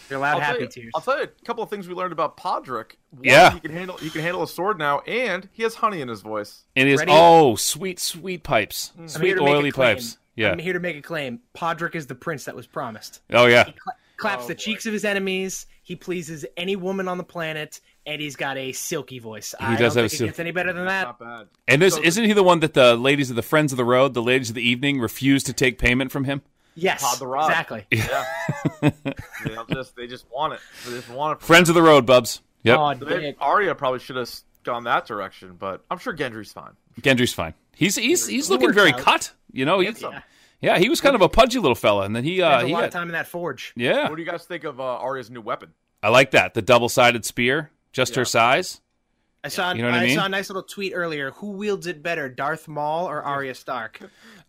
Speaker 3: You're allowed happy
Speaker 4: tell you,
Speaker 3: tears.
Speaker 4: I'll tell you a couple of things we learned about Podrick. One,
Speaker 2: Yeah.
Speaker 4: he can handle he can handle a sword now, and he has honey in his voice.
Speaker 2: And it's
Speaker 3: Ready?
Speaker 2: oh, sweet, sweet pipes,
Speaker 3: I'm here
Speaker 2: sweet
Speaker 3: to make a
Speaker 2: oily
Speaker 3: claim.
Speaker 2: pipes. Yeah.
Speaker 3: I'm here to make a claim. Podrick is the prince that was promised.
Speaker 2: oh yeah.
Speaker 3: Cla- claps the cheeks of his enemies. He pleases any woman on the planet, and he's got a silky voice. I
Speaker 2: does
Speaker 3: don't
Speaker 2: have a
Speaker 3: think it
Speaker 2: sil-
Speaker 3: gets any better than that.
Speaker 4: Not bad.
Speaker 2: And there's,
Speaker 4: So-
Speaker 2: isn't he the one that the ladies of the friends of the road, the ladies of the evening, refused to take payment from him?
Speaker 3: Yes,
Speaker 4: Pod the Rod.
Speaker 3: exactly.
Speaker 4: Yeah. they don't just they just want it. They just want it.
Speaker 2: Friends of the road, Bubs. Yep.
Speaker 3: Oh,
Speaker 4: So they-
Speaker 3: dick.
Speaker 4: Arya probably should have gone that direction, but I'm sure Gendry's fine.
Speaker 2: Gendry's fine. He's he's he's looking
Speaker 3: works
Speaker 2: very
Speaker 3: out.
Speaker 2: cut. You know, he,
Speaker 4: Handsome.
Speaker 2: yeah, he was kind of a pudgy little fella, and then he uh,
Speaker 3: Spends a
Speaker 2: he
Speaker 3: lot
Speaker 2: got,
Speaker 3: of time in that forge.
Speaker 2: yeah,
Speaker 4: What do you guys think of uh, Arya's new weapon?
Speaker 2: I like that the double sided spear, just her size.
Speaker 3: I saw
Speaker 2: You know what I
Speaker 3: I,
Speaker 2: mean?
Speaker 3: saw a nice little tweet earlier. Who wields it better, Darth Maul or Arya Stark?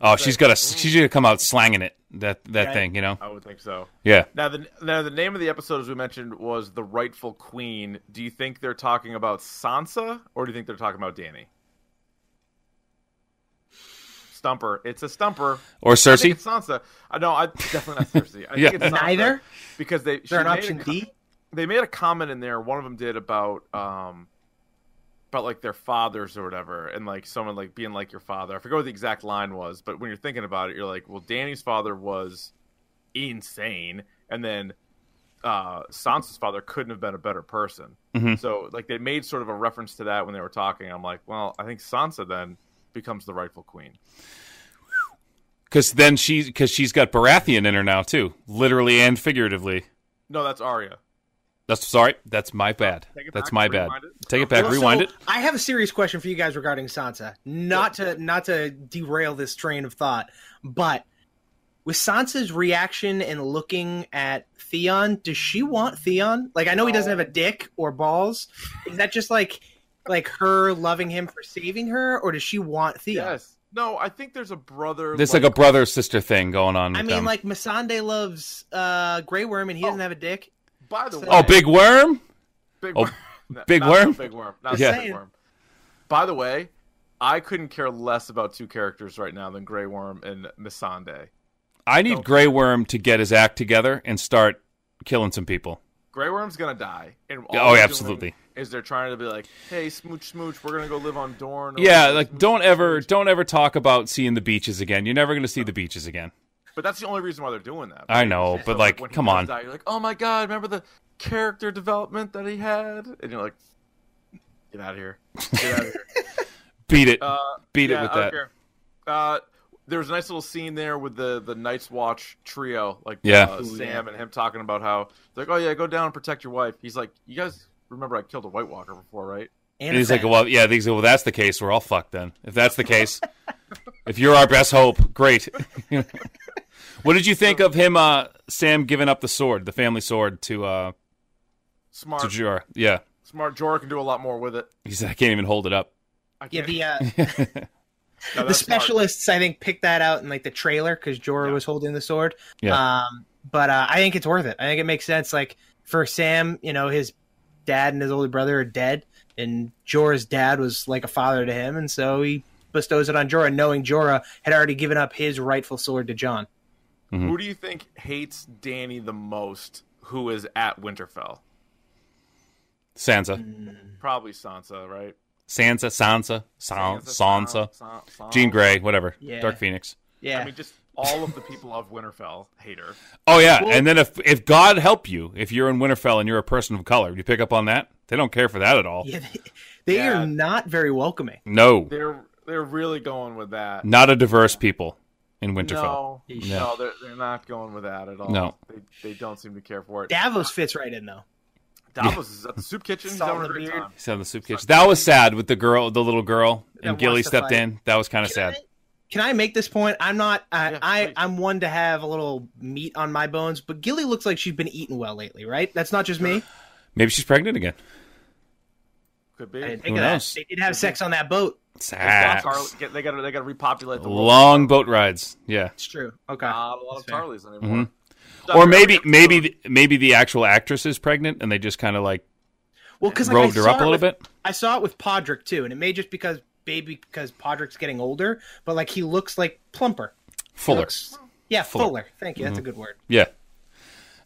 Speaker 2: Oh, she's got a she's gonna come out slanging it that that
Speaker 3: Right.
Speaker 2: thing. You know,
Speaker 4: I would think so.
Speaker 2: yeah.
Speaker 4: Now the now the name of the episode, as we mentioned, was the rightful queen. Do you think they're talking about Sansa, or do you think they're talking about Danny? Stumper. It's a stumper.
Speaker 2: Or
Speaker 4: I think
Speaker 2: Cersei.
Speaker 4: it's Sansa. I know. I definitely not Cersei. I
Speaker 2: Yeah.
Speaker 4: think it's Sansa
Speaker 3: Neither?
Speaker 4: because they. she
Speaker 3: They're an
Speaker 4: made a
Speaker 3: option
Speaker 4: co-
Speaker 3: D.
Speaker 4: They made a comment in there. One of them did about um, about like their fathers or whatever, and like someone like being like your father. I forget what the exact line was, but when you're thinking about it, you're like, well, Danny's father was insane, and then uh, Sansa's father couldn't have been a better person.
Speaker 2: Mm-hmm.
Speaker 4: So like they made sort of a reference to that when they were talking. I'm like, well, I think Sansa then becomes the rightful queen.
Speaker 2: Because then she, because she's got Baratheon in her now too, literally and figuratively.
Speaker 4: No, that's Arya.
Speaker 2: That's sorry, that's my bad.
Speaker 4: Oh, Take it
Speaker 2: That's
Speaker 4: back,
Speaker 2: my bad.
Speaker 4: rewind it.
Speaker 2: Take it back,
Speaker 3: Also,
Speaker 2: rewind it.
Speaker 3: I have a serious question for you guys regarding Sansa. Not to not to derail this train of thought, but with Sansa's reaction and looking at Theon, does she want Theon? Like I know he doesn't have a dick or balls. Is that just like like her loving him for saving her, or does she want Theon?
Speaker 4: Yes. No, I think there's a brother.
Speaker 2: There's like a brother sister thing going on.
Speaker 3: I
Speaker 2: with
Speaker 3: mean,
Speaker 2: them.
Speaker 3: like Masande loves uh, Grey Worm, and he
Speaker 4: Oh.
Speaker 3: doesn't have a dick.
Speaker 4: By the way,
Speaker 2: oh, big worm.
Speaker 4: big
Speaker 2: oh,
Speaker 4: worm. (laughs) No,
Speaker 2: Big
Speaker 4: not
Speaker 2: Worm?
Speaker 4: Big worm. Not
Speaker 2: Yeah.
Speaker 4: big worm. By the way, I couldn't care less about two characters right now than Grey Worm and Missandei.
Speaker 2: I need Grey Worm to get his act together and start killing some people.
Speaker 4: Grey Worm's gonna die. And all
Speaker 2: Yeah, oh,
Speaker 4: they're doing
Speaker 2: absolutely.
Speaker 4: Is they're trying to be like, hey, smooch, smooch, we're gonna go live on Dorne. or
Speaker 2: Yeah,
Speaker 4: we're
Speaker 2: like
Speaker 4: smooch,
Speaker 2: don't ever
Speaker 4: smooch."
Speaker 2: don't ever talk about seeing the beaches again. You're never going to see the beaches again.
Speaker 4: But that's the only reason why they're doing that.
Speaker 2: I know,
Speaker 4: So,
Speaker 2: but like
Speaker 4: when he
Speaker 2: come
Speaker 4: does
Speaker 2: on.
Speaker 4: die, you're like, oh my god, remember the character development that he had? And you're like, get out of here. Get out of here.
Speaker 2: Beat it.
Speaker 4: Uh,
Speaker 2: Beat
Speaker 4: yeah,
Speaker 2: it with
Speaker 4: I don't
Speaker 2: that.
Speaker 4: care. Uh, there was a nice little scene there with the the Night's Watch trio, like
Speaker 2: Yeah.
Speaker 4: uh, Sam and him talking about how they're like, oh yeah, go down and protect your wife. He's like, you guys remember I killed a White Walker before, right?
Speaker 3: And
Speaker 2: And he's
Speaker 3: a
Speaker 2: like,
Speaker 3: fan.
Speaker 2: well, yeah, he's like, well, that's the case. We're all fucked then. If that's the case, if you're our best hope, great. (laughs) what did you think of him, uh, Sam, giving up the sword, the family sword, to uh,
Speaker 4: Smart,
Speaker 2: to Jorah? Yeah,
Speaker 4: smart. Jorah can do a lot more with it.
Speaker 2: he said I can't even hold it up.
Speaker 4: I
Speaker 3: yeah,
Speaker 4: can't,
Speaker 3: the
Speaker 4: (laughs)
Speaker 3: uh,
Speaker 4: no,
Speaker 3: the
Speaker 4: that's smart.
Speaker 3: specialists I think picked that out in like the trailer because Jorah was holding the sword.
Speaker 2: Yeah.
Speaker 3: Um, but uh, I think it's worth it. I think it makes sense. Like for Sam, you know, his dad and his older brother are dead, and Jorah's dad was like a father to him, and so he bestows it on Jorah, knowing Jorah had already given up his rightful sword to John.
Speaker 2: Mm-hmm.
Speaker 4: Who do you think hates Danny the most? Who is at Winterfell?
Speaker 2: Sansa,
Speaker 4: Probably Sansa, right?
Speaker 2: Sansa, Sansa, Sansa, Sansa,
Speaker 4: Sansa, Sansa.
Speaker 2: Jean Grey, whatever.
Speaker 3: Yeah.
Speaker 2: Dark Phoenix.
Speaker 3: Yeah.
Speaker 4: I mean, just all of the people of Winterfell hate her.
Speaker 2: Oh yeah, and then if if God help you, if you're in Winterfell and you're a person of color, you pick up on that. They don't care for that at all.
Speaker 3: yeah, they, they
Speaker 4: Yeah.
Speaker 3: are not very welcoming.
Speaker 2: No,
Speaker 4: They're they're really going with that.
Speaker 2: not a diverse people in Winterfell.
Speaker 4: No, no, they're, they're not going with that at all.
Speaker 2: No.
Speaker 4: they, they don't seem to care for it.
Speaker 3: Davos fits right in though.
Speaker 4: Davos is at the soup kitchen. He's
Speaker 3: Salt
Speaker 4: having a
Speaker 3: and
Speaker 4: great
Speaker 3: beer.
Speaker 4: time.
Speaker 2: He's having the soup kitchen. That was sad with the girl, the little girl, and
Speaker 3: wants
Speaker 2: Gilly
Speaker 3: to
Speaker 2: stepped
Speaker 3: fight.
Speaker 2: in. That was kind of sad.
Speaker 3: Can I make this point? I'm not. I,
Speaker 4: Yeah, please.
Speaker 3: I I'm one to have a little meat on my bones, but Gilly looks like she's been eating well lately, right? That's not just me.
Speaker 2: Maybe she's pregnant again.
Speaker 4: Could be.
Speaker 3: I didn't
Speaker 4: They
Speaker 3: think
Speaker 2: Who
Speaker 3: of that.
Speaker 2: knows?
Speaker 3: They did have sex on that boat.
Speaker 4: got
Speaker 2: Sad.
Speaker 4: Tarly- get- They got to they got to repopulate the world.
Speaker 2: Long boat rides. Yeah.
Speaker 3: It's true. Uh, Okay.
Speaker 4: Not a lot of
Speaker 3: That's fair.
Speaker 4: Tarleys anymore.
Speaker 2: Mm-hmm. Or maybe maybe th- maybe the actual actress is pregnant and they just kind of like
Speaker 3: well, because like, I
Speaker 2: roved her
Speaker 3: saw
Speaker 2: up a
Speaker 3: it
Speaker 2: little
Speaker 3: with-
Speaker 2: bit.
Speaker 3: I saw it with Podrick too, and it may just because baby because Podrick's getting older, but like he looks like plumper.
Speaker 2: Fuller. Mm-hmm.
Speaker 3: Yeah, fuller. Thank you. That's a good word.
Speaker 2: Yeah.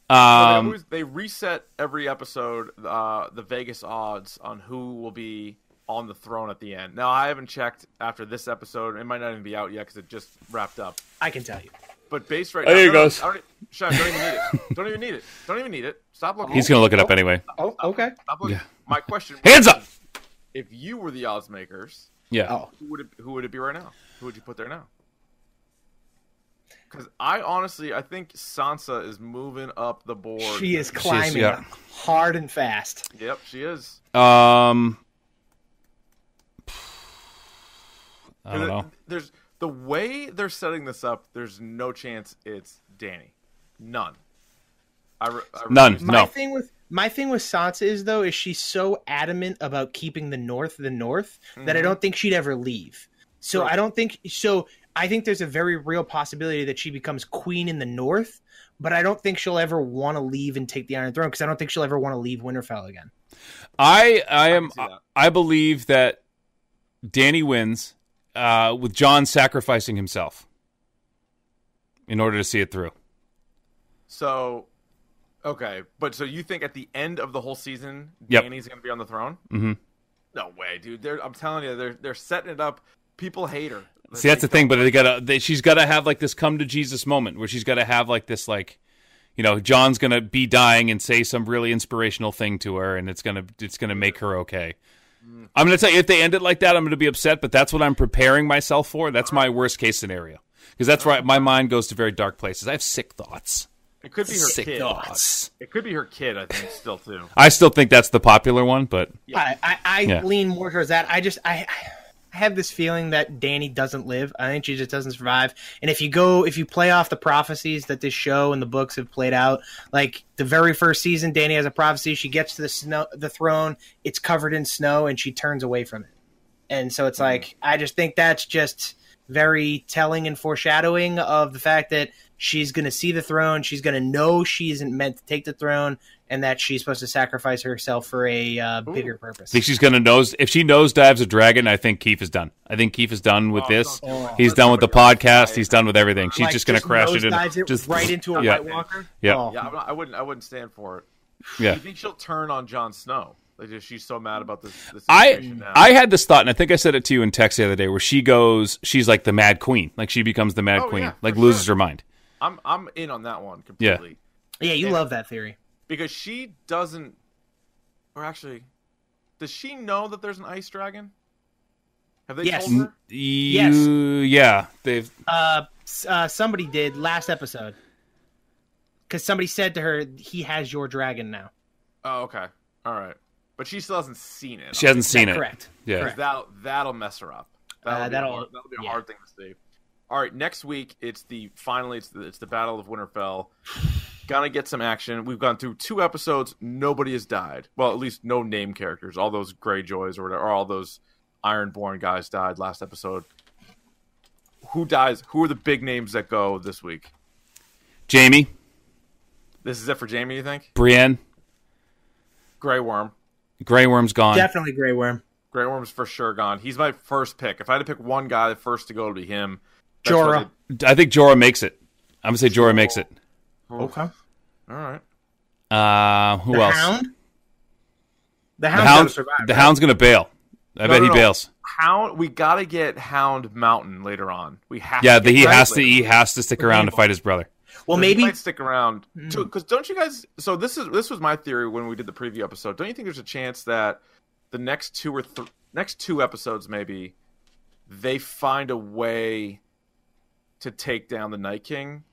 Speaker 4: They
Speaker 2: Um,
Speaker 4: always- they reset every episode uh, the Vegas odds on who will be on the throne at the end. Now I haven't checked after this episode; it might not even be out yet because it just wrapped up.
Speaker 3: I can tell you.
Speaker 4: But based right
Speaker 2: There
Speaker 4: now,
Speaker 2: you
Speaker 4: no, no,
Speaker 2: goes.
Speaker 4: I don't, Sean, don't even need it. Don't even need it. Don't even need it.
Speaker 2: (laughs)
Speaker 4: Stop looking.
Speaker 2: he's going to look it up anyway.
Speaker 3: Oh, okay.
Speaker 4: Stop looking. My question:
Speaker 2: Hands up.
Speaker 4: If you were the odds makers,
Speaker 2: Yeah.
Speaker 3: Oh,
Speaker 4: who would it, who would it be right now? Who would you put there now? Because I honestly, I think Sansa is moving up the board.
Speaker 3: she is climbing
Speaker 2: yeah.
Speaker 3: hard and fast.
Speaker 4: Yep, she is.
Speaker 3: Oh.
Speaker 2: Um, I don't know.
Speaker 4: There's the way they're setting this up. There's no chance it's Danny. None. I re- I
Speaker 2: None.
Speaker 4: refuse.
Speaker 3: My
Speaker 2: No.
Speaker 3: thing with my thing with Sansa is though is she's so adamant about keeping the North the North that I don't think she'd ever leave. So I don't think so. I think there's a very real possibility that she becomes queen in the North, but I don't think she'll ever want to leave and take the Iron Throne because I don't think she'll ever want to leave Winterfell again.
Speaker 2: I I am
Speaker 4: see
Speaker 2: I,
Speaker 4: that.
Speaker 2: believe that Danny wins uh, with John sacrificing himself in order to see it through.
Speaker 4: So, okay, but so you think at the end of the whole season,
Speaker 2: Yep.
Speaker 4: Danny's gonna be on the throne?
Speaker 2: Mhm.
Speaker 4: No way, dude. They're, I'm telling you, they're they're setting it up. People hate her.
Speaker 2: See, that's the thing. But they gotta they, she's gotta have like this come to Jesus moment where she's gotta have like this like. You know, John's gonna be dying and say some really inspirational thing to her, and it's gonna it's gonna make her okay. I'm gonna tell you if they end it like that, I'm gonna be upset, but that's what I'm preparing myself for. That's my worst case scenario because that's where my mind goes to very dark places. I have sick thoughts.
Speaker 4: It could be her
Speaker 2: Sick
Speaker 4: kid.
Speaker 2: thoughts.
Speaker 4: It could be her kid. I think still too.
Speaker 2: I still think that's the popular one, but
Speaker 3: I I, I
Speaker 2: Yeah.
Speaker 3: lean more towards that. I just I. I have this feeling that Danny doesn't live. I think she just doesn't survive. And if you go, if you play off the prophecies that this show and the books have played out, like the very first season, Danny has a prophecy. She gets to the snow, the throne. It's covered in snow, and she turns away from it. And so
Speaker 4: Mm-hmm.
Speaker 3: it's like I just think that's just very telling and foreshadowing of the fact that she's going to see the throne, she's going to know she isn't meant to take the throne, and that she's supposed to sacrifice herself for a uh, bigger purpose.
Speaker 2: I think she's gonna nose if she nosedives a dragon. I think Keith is done. I think Keith is done with this. He's done with the podcast. He's done with everything. She's
Speaker 3: Like,
Speaker 2: just gonna crash it, in,
Speaker 3: nosedives
Speaker 2: just
Speaker 3: right into a
Speaker 2: yeah,
Speaker 3: White Walker.
Speaker 2: Yeah.
Speaker 3: Oh,
Speaker 4: Yeah, I'm not, I wouldn't. I wouldn't stand for it.
Speaker 2: yeah.
Speaker 4: You think she'll turn on Jon Snow? Like, is she so mad about this? this
Speaker 2: I
Speaker 4: situation now?
Speaker 2: I had this thought, and I think I said it to you in text the other day, where she goes, she's like the Mad Queen, like she becomes the Mad
Speaker 4: Oh,
Speaker 2: Queen,
Speaker 4: yeah,
Speaker 2: like
Speaker 4: for
Speaker 2: loses
Speaker 4: sure.
Speaker 2: her mind.
Speaker 4: I'm I'm in on that one completely.
Speaker 3: yeah, you love that theory.
Speaker 4: Because she doesn't or actually does she know that there's an ice dragon? Have they
Speaker 3: Yes.
Speaker 4: told her?
Speaker 2: Yes. yeah, they've
Speaker 3: Uh, s- uh, somebody did last episode because somebody said to her, "He has your dragon now."
Speaker 4: Oh, okay. All right. But she still hasn't seen it.
Speaker 2: she hasn't seen it.
Speaker 3: Correct.
Speaker 2: Yeah.
Speaker 3: Correct.
Speaker 4: That that'll mess her up. That'll
Speaker 3: Uh,
Speaker 4: be
Speaker 3: that'll-
Speaker 4: a hard, that'll be a
Speaker 3: yeah.
Speaker 4: hard thing to see. All right, next week it's the finally it's the, it's the Battle of Winterfell. Gonna get some action. We've gone through two episodes. Nobody has died. Well, at least no name characters. All those Greyjoys or whatever, or all those Ironborn guys died last episode. Who dies? Who are the big names that go this week?
Speaker 2: Jamie,
Speaker 4: This is it for Jamie, you think?
Speaker 2: Brienne,
Speaker 4: Grey Worm.
Speaker 2: Grey Worm's gone.
Speaker 3: Definitely Grey Worm.
Speaker 4: Grey Worm's for sure gone. He's my first pick. If I had to pick one guy, the first to go would be him. That's
Speaker 3: Jorah.
Speaker 4: what
Speaker 2: I think Jorah makes it. I'm gonna say Jorah makes it.
Speaker 4: they- Okay. All right.
Speaker 2: Uh, who
Speaker 3: The
Speaker 2: else?
Speaker 3: Hound. The
Speaker 2: The
Speaker 3: Hound's
Speaker 2: Hound.
Speaker 3: gonna survive.
Speaker 2: the
Speaker 3: right?
Speaker 2: Hound's gonna bail. I bet
Speaker 4: no,
Speaker 2: he
Speaker 4: no.
Speaker 2: bails.
Speaker 4: Hound, we gotta get Hound Mountain later on. We have.
Speaker 2: Yeah,
Speaker 4: to
Speaker 2: the,
Speaker 4: get
Speaker 2: he
Speaker 4: Red
Speaker 2: has to.
Speaker 4: later.
Speaker 2: He has to stick around to fight his brother.
Speaker 3: Well,
Speaker 4: So
Speaker 3: maybe Hmm.
Speaker 4: he might stick around because don't you guys? So this is this was my theory when we did the preview episode. Don't you think there's a chance that the next two or th- next two episodes maybe they find a way to take down the Night King,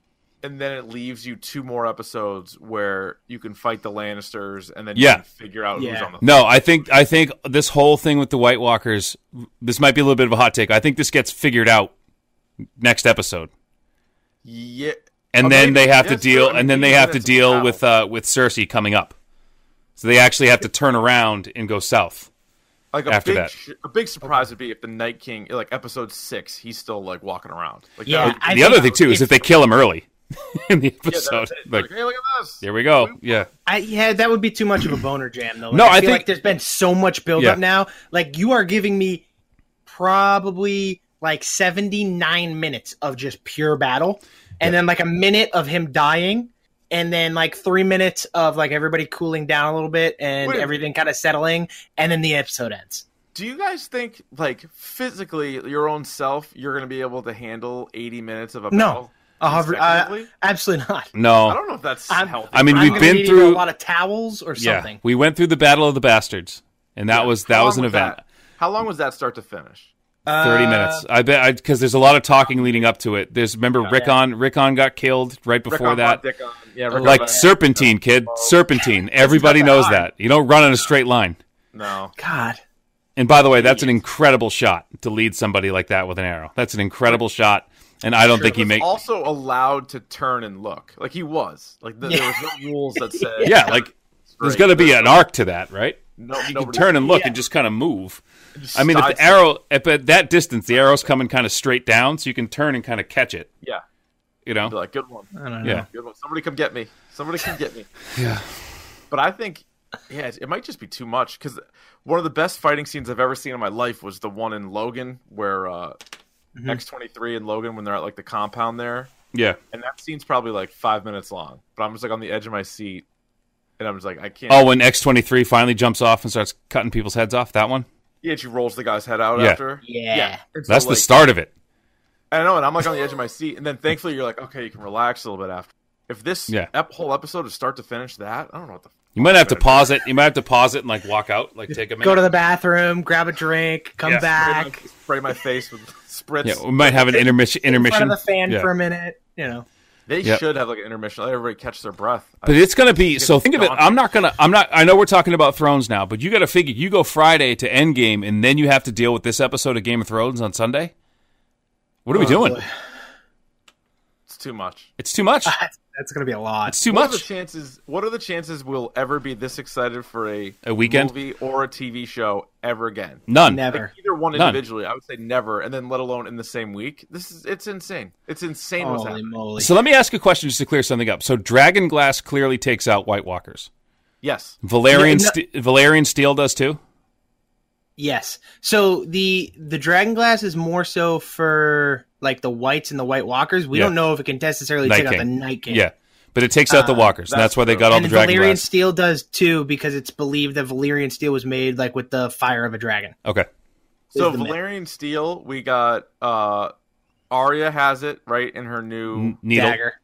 Speaker 4: and then it leaves you two more episodes where you can fight the Lannisters, and then you
Speaker 2: Yeah.
Speaker 4: can figure out who's
Speaker 3: Yeah.
Speaker 4: on the.
Speaker 2: No, I think. I think this whole thing with the White Walkers. This might be a little bit of a hot take. I think this gets figured out next episode,
Speaker 4: Yeah.
Speaker 2: and
Speaker 4: Oh,
Speaker 2: then
Speaker 4: maybe.
Speaker 2: they have
Speaker 4: Yeah,
Speaker 2: to
Speaker 4: it's true.
Speaker 2: deal.
Speaker 4: I mean,
Speaker 2: and then
Speaker 4: he's
Speaker 2: they have
Speaker 4: in
Speaker 2: to
Speaker 4: it, so
Speaker 2: deal
Speaker 4: battle.
Speaker 2: with uh, with Cersei coming up. So they actually have to turn around and go south.
Speaker 4: Like a
Speaker 2: after
Speaker 4: big,
Speaker 2: that.
Speaker 4: sh- a big surprise would be if the Night King, like episode six, he's still like walking around. Like
Speaker 3: Yeah,
Speaker 4: Uh, that would-
Speaker 3: I
Speaker 2: Uh, the
Speaker 3: think
Speaker 2: other thing too is
Speaker 3: if-
Speaker 2: if they kill him early (laughs) in the
Speaker 4: yeah, that
Speaker 2: episode.
Speaker 4: would-
Speaker 2: like,
Speaker 4: like, hey, look at this.
Speaker 2: here we go. Yeah.
Speaker 3: I, yeah, that would be too much of a boner jam, though. Like,
Speaker 2: No, I
Speaker 3: feel
Speaker 2: think-
Speaker 3: like there's been so much buildup
Speaker 2: Yeah.
Speaker 3: up now. Like you are giving me probably like 79 minutes of just pure battle and then like a minute of him dying and then like three minutes of like everybody cooling down a little bit and
Speaker 4: Wait a-
Speaker 3: everything kind of settling and then the episode ends
Speaker 4: Do you guys think, like, physically, your own self, you're going to be able to handle 80 minutes of a
Speaker 3: no
Speaker 4: battle?
Speaker 3: a hover, uh,
Speaker 4: consecutively?
Speaker 3: absolutely not
Speaker 4: I
Speaker 2: No,
Speaker 4: don't know if that's
Speaker 3: I'm-
Speaker 4: healthy.
Speaker 2: I mean,
Speaker 3: I'm
Speaker 2: we've
Speaker 3: gonna
Speaker 2: been
Speaker 3: need
Speaker 2: through-
Speaker 3: a lot of towels or
Speaker 2: yeah,
Speaker 3: something
Speaker 2: we went through the Battle of the Bastards, and that was that
Speaker 4: How
Speaker 2: was an
Speaker 4: long
Speaker 2: event.
Speaker 4: that? How long was that start to finish?
Speaker 2: Thirty minutes. I bet because there's a lot of talking leading up to it. There's remember Rickon. Rickon got killed right before
Speaker 4: Rick on,
Speaker 2: that.
Speaker 4: Dick on. Yeah, Rick on,
Speaker 2: Like
Speaker 4: Dick on.
Speaker 2: serpentine, kid, serpentine. Everybody knows that. You don't run in a straight line.
Speaker 4: No.
Speaker 3: Uh, god
Speaker 2: And by the way, that's an incredible shot to lead somebody like that with an arrow. That's an incredible shot, and I don't think he
Speaker 4: was
Speaker 2: makes.
Speaker 4: also allowed to turn and look. Like, he was. Like, th- there was no rules that said.
Speaker 2: Yeah, like there's got to be an arc to that, right?
Speaker 4: No,
Speaker 2: You can
Speaker 4: nobody-
Speaker 2: turn and look and just kind of move. I mean, if the
Speaker 4: sidestep.
Speaker 2: arrow if at that distance, the arrow's coming kind of straight down, so you can turn and kind of catch it.
Speaker 4: Yeah.
Speaker 2: You know?
Speaker 4: Be like, good one.
Speaker 3: i don't know
Speaker 2: Yeah.
Speaker 4: Good one. Somebody come get me. Somebody come get
Speaker 2: (laughs)
Speaker 4: me. yeah. But I think, yeah, it, it might just be too much because one of the best fighting scenes I've ever seen in my life was the one in Logan where uh,
Speaker 2: Mm-hmm.
Speaker 4: X23 and Logan, when they're at like the compound there.
Speaker 2: Yeah.
Speaker 4: And that scene's probably like five minutes long. But I'm just like on the edge of my seat and I'm just like, I can't.
Speaker 2: Oh, when X twenty three finally jumps off and starts cutting people's heads off. That one.
Speaker 4: Yeah, she rolls the guy's head out
Speaker 2: Yeah.
Speaker 4: after.
Speaker 3: Yeah.
Speaker 4: And so,
Speaker 2: That's the
Speaker 4: like,
Speaker 2: start of it.
Speaker 4: I know, and I'm like on the edge of my seat, and then thankfully you're like, okay, you can relax a little bit after. If this
Speaker 2: Yeah.
Speaker 4: ep- whole episode is start to finish that, I don't know what the
Speaker 2: You might have to pause it. You might have to pause it and like walk out, like take a minute.
Speaker 3: go to the bathroom grab a drink come
Speaker 2: Yeah.
Speaker 3: back
Speaker 4: spray my face with (laughs) spritz.
Speaker 2: yeah, um, we might have an intermission.
Speaker 3: in front
Speaker 2: Intermission.
Speaker 3: of the fan
Speaker 2: Yeah.
Speaker 3: for a minute you know (laughs)
Speaker 4: They
Speaker 2: Yep.
Speaker 4: should have like an intermission. Let everybody catch their breath.
Speaker 2: But it's going to be so.
Speaker 4: It's
Speaker 2: Think of it.
Speaker 4: daunting.
Speaker 2: I'm not going to. I'm not. I know we're talking about Thrones now, but you got to figure you go Friday to Endgame, and then you have to deal with this episode of Game of Thrones on Sunday. What are
Speaker 3: Oh,
Speaker 2: we doing?
Speaker 4: It's too much.
Speaker 2: It's too much.
Speaker 3: that's, that's gonna be a lot
Speaker 2: It's too
Speaker 4: What are the
Speaker 2: much.
Speaker 4: chances? What are the chances we'll ever be this excited for a
Speaker 2: A weekend?
Speaker 4: movie or a TV show ever again?
Speaker 2: None.
Speaker 3: never
Speaker 4: Either one
Speaker 2: None.
Speaker 4: individually, I would say never, and then let alone in the same week. This is it's insane. It's insane what's
Speaker 3: holy
Speaker 4: happening.
Speaker 3: moly
Speaker 2: So let me ask a question just to clear something up. So Dragon Glass clearly takes out White Walkers.
Speaker 4: Yes,
Speaker 2: Valerian
Speaker 3: No, no.
Speaker 2: Ste- Valerian Steel does too.
Speaker 3: Yes. So the the dragon glass is more so for like the whites and the white walkers. We
Speaker 2: Yeah.
Speaker 3: don't know if it can necessarily
Speaker 2: Night
Speaker 3: take out
Speaker 2: King.
Speaker 3: the night king.
Speaker 2: Yeah, but it takes out the Walkers, and
Speaker 4: Uh, that's
Speaker 2: that's why they
Speaker 4: true.
Speaker 2: got all
Speaker 3: And
Speaker 2: the
Speaker 3: the
Speaker 2: Dragon
Speaker 3: Valyrian
Speaker 2: Glass.
Speaker 3: steel does too because it's believed that Valyrian steel was made like with the fire of a dragon.
Speaker 2: Okay.
Speaker 4: So
Speaker 3: is the myth.
Speaker 4: Valerian Steel, we got uh Arya has it right in her new.
Speaker 2: Needle.
Speaker 3: Dagger.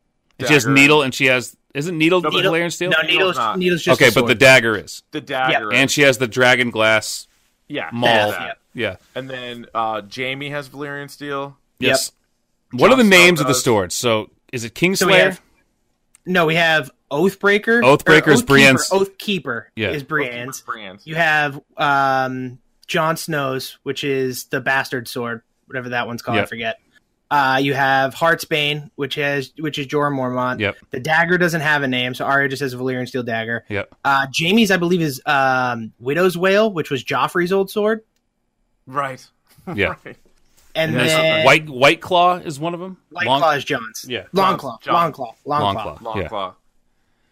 Speaker 2: She has
Speaker 4: Dagger.
Speaker 2: needle, and she has isn't needle
Speaker 4: No, but-
Speaker 2: Valerian Steel?
Speaker 3: No,
Speaker 4: Needle's
Speaker 3: needles.
Speaker 4: not.
Speaker 3: Needles just
Speaker 2: okay,
Speaker 3: a
Speaker 2: but the
Speaker 3: sword.
Speaker 2: dagger is,
Speaker 4: The dagger,
Speaker 2: and she has the Dragon Glass
Speaker 4: yeah,
Speaker 2: maul.
Speaker 4: that.
Speaker 2: Yeah.
Speaker 4: and then uh Jamie has Valerian Steel.
Speaker 2: Yes. What are the
Speaker 4: Jon
Speaker 2: names
Speaker 4: Snow
Speaker 2: of the
Speaker 4: does.
Speaker 2: swords? So is it Kingslayer?
Speaker 3: So we have- no, we have Oathbreaker.
Speaker 2: Oathbreaker is
Speaker 3: Oathkeeper-
Speaker 2: Brienne's-
Speaker 3: Oathkeeper
Speaker 2: Yeah.
Speaker 3: is Brienne's.
Speaker 4: Brands.
Speaker 3: You have um Jon Snow's, which is the bastard sword, whatever that one's called,
Speaker 2: Yep.
Speaker 3: I forget. Uh, you have Heartsbane, which has which is Jorah Mormont.
Speaker 2: Yep.
Speaker 3: The dagger doesn't have a name, so Arya just has a Valyrian steel dagger.
Speaker 2: Yep.
Speaker 3: Uh, Jamie's, I believe, is um, Widow's Wail, which was Joffrey's old sword,
Speaker 4: Right.
Speaker 3: (laughs)
Speaker 2: Yeah.
Speaker 4: Right.
Speaker 3: and
Speaker 2: There's-
Speaker 3: then White,
Speaker 2: White White Claw is one of them. Long-
Speaker 3: Claw is John's.
Speaker 2: Yeah.
Speaker 3: Long
Speaker 4: Jon's-
Speaker 3: Claw,
Speaker 4: Jon.
Speaker 3: Long Claw, Long
Speaker 2: Long
Speaker 3: Claw
Speaker 2: Claw.
Speaker 4: Long
Speaker 2: Yeah.
Speaker 4: claw.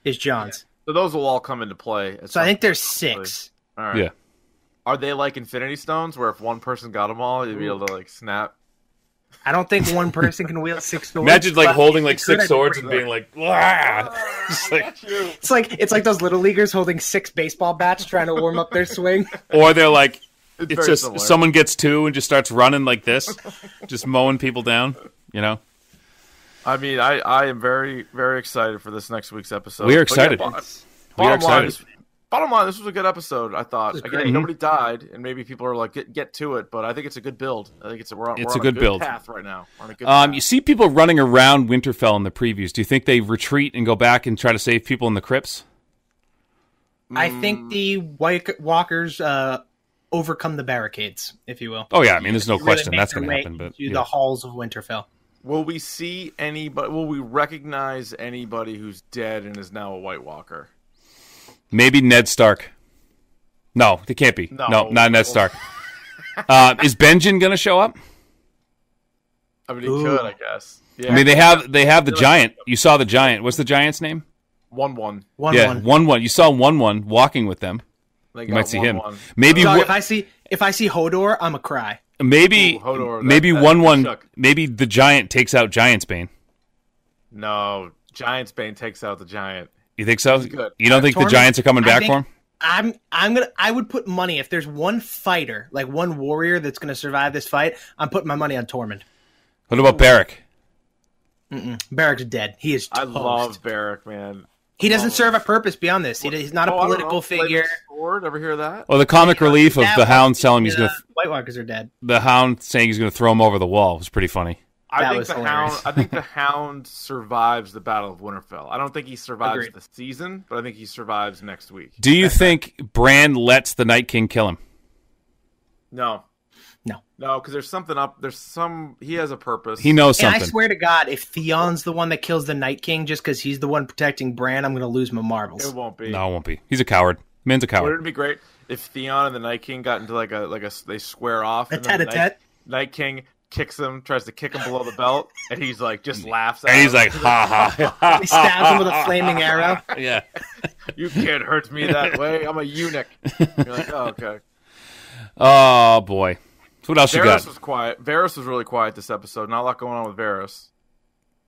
Speaker 3: is John's.
Speaker 4: So those will all come into play. at
Speaker 3: So I
Speaker 4: some
Speaker 3: think there's
Speaker 4: point.
Speaker 3: six.
Speaker 4: All right.
Speaker 2: Yeah.
Speaker 4: Are they like Infinity Stones, where if one person got them all, you'd be able to like snap?
Speaker 3: I don't think one person can wield six swords.
Speaker 2: Imagine like
Speaker 3: but
Speaker 2: holding
Speaker 3: if
Speaker 2: like
Speaker 3: they
Speaker 2: six
Speaker 3: could, I'd be
Speaker 2: swords
Speaker 3: pretty
Speaker 2: and
Speaker 3: good.
Speaker 2: being like,
Speaker 3: Oh.
Speaker 2: "Wah!" Just like-
Speaker 3: It's like it's like those little leaguers holding six baseball bats trying to warm up their
Speaker 4: (laughs)
Speaker 3: swing.
Speaker 2: or they're like,
Speaker 4: It's,
Speaker 2: it's
Speaker 4: very
Speaker 2: just
Speaker 4: similar.
Speaker 2: someone gets two and just starts running like this, just mowing people down. You know,
Speaker 4: I mean, I I am very very excited for this next week's episode.
Speaker 2: We are
Speaker 4: But yeah,
Speaker 2: excited.
Speaker 4: bo-
Speaker 2: we are
Speaker 4: bottom line,
Speaker 2: excited.
Speaker 4: this- Bottom line, this was a good episode. I thought
Speaker 3: was
Speaker 4: again,
Speaker 3: great.
Speaker 4: nobody died, and maybe people are like get, get to it, but I think it's a good build. I think it's a, we're on,
Speaker 2: It's a
Speaker 4: we're on
Speaker 2: good build.
Speaker 4: path right now. We're on a good
Speaker 2: Um,
Speaker 4: path.
Speaker 2: you see people running around Winterfell in the previews. Do you think they retreat and go back and try to save people in the crypts?
Speaker 3: I
Speaker 4: Mm.
Speaker 3: think the White Walkers uh, overcome the barricades, if you will.
Speaker 2: Oh yeah, I mean, there's no
Speaker 3: Really
Speaker 2: question
Speaker 3: make
Speaker 2: that's
Speaker 3: their
Speaker 2: going to
Speaker 3: way
Speaker 2: happen. But
Speaker 3: into
Speaker 2: yeah.
Speaker 3: the halls of Winterfell.
Speaker 4: Will we see anybody? Will we recognize anybody who's dead and is now a White Walker?
Speaker 2: maybe Ned Stark. No, they can't be. No,
Speaker 4: No.
Speaker 2: not Ned
Speaker 4: (laughs)
Speaker 2: Stark. uh, is Benjen going to show up?
Speaker 4: I mean, he
Speaker 3: Ooh.
Speaker 4: could, I guess. Yeah,
Speaker 2: I mean, they have they have the giant. You saw the giant. What's the giant's name?
Speaker 4: one one.
Speaker 3: One
Speaker 2: yeah,
Speaker 3: one.
Speaker 2: one one. You saw one one walking with them.
Speaker 4: They
Speaker 2: You
Speaker 4: got
Speaker 2: might see
Speaker 4: one,
Speaker 2: him.
Speaker 4: One.
Speaker 2: Maybe
Speaker 3: Dog,
Speaker 2: wha-
Speaker 3: if I see if I see Hodor, I'm a cry.
Speaker 2: Maybe
Speaker 4: Ooh, Hodor, that-
Speaker 2: maybe
Speaker 4: that
Speaker 2: one one
Speaker 4: shook.
Speaker 2: maybe the giant takes out Giant's Bane.
Speaker 4: No, Giant's Bane takes out the giant.
Speaker 2: You think so?
Speaker 4: good.
Speaker 2: You don't think the
Speaker 3: Torment-
Speaker 2: Giants are coming
Speaker 3: Uh, I
Speaker 2: back
Speaker 3: think-
Speaker 2: for him?
Speaker 3: I'm I'm gonna I would put money if there's one fighter like one warrior that's gonna survive this fight. I'm putting my money on Tormund.
Speaker 2: What about Barrick?
Speaker 3: Barrack's dead. He is. Toast.
Speaker 4: I love Barrack, man.
Speaker 3: He doesn't serve a purpose beyond this. He, he's not
Speaker 4: Oh,
Speaker 3: a
Speaker 4: I don't know,
Speaker 3: political
Speaker 4: Flavor's
Speaker 3: figure.
Speaker 4: Sword, ever hear that?
Speaker 2: Or the comic relief of
Speaker 3: That
Speaker 2: the
Speaker 3: was
Speaker 2: Hound telling him he's
Speaker 3: the
Speaker 2: gonna
Speaker 3: Uh, White Walkers are dead.
Speaker 2: the Hound saying he's gonna throw him over the wall was pretty funny.
Speaker 4: I
Speaker 3: That
Speaker 4: think
Speaker 3: was
Speaker 4: the
Speaker 3: hilarious.
Speaker 4: hound.
Speaker 3: (laughs)
Speaker 4: I think the hound survives the Battle of Winterfell. I don't think he survives
Speaker 3: Agreed.
Speaker 4: the season, but I think he survives next week.
Speaker 2: Do you think Bran lets the Night King kill him?
Speaker 4: No,
Speaker 3: No.
Speaker 4: no, because there's something up. There's some. He has a purpose.
Speaker 2: He knows
Speaker 3: And I
Speaker 2: something.
Speaker 3: swear to God, if Theon's the one that kills the Night King just because he's the one protecting Bran, I'm gonna lose my
Speaker 4: (laughs)
Speaker 3: marbles.
Speaker 4: It won't be.
Speaker 2: no, it won't be. He's a coward. Man's a
Speaker 4: Wouldn't
Speaker 2: coward.
Speaker 4: it be great if Theon and the Night King got into like a like a they square off
Speaker 3: A
Speaker 4: and then the
Speaker 3: tete-a-tete.
Speaker 4: Night, Night King kicks him, tries to kick him below the belt, and he's like just laughs. At
Speaker 2: And
Speaker 4: him.
Speaker 2: he's like, ha ha, ha.
Speaker 3: He stabs him with a
Speaker 2: (laughs)
Speaker 3: flaming arrow.
Speaker 2: yeah.
Speaker 4: "You can't hurt
Speaker 2: (laughs)
Speaker 4: me that way. I'm a eunuch." You're like, "Oh, okay."
Speaker 2: Oh boy. So what else you got?
Speaker 4: Varys was quiet. Varys was really quiet this episode. Not a lot going on with Varys.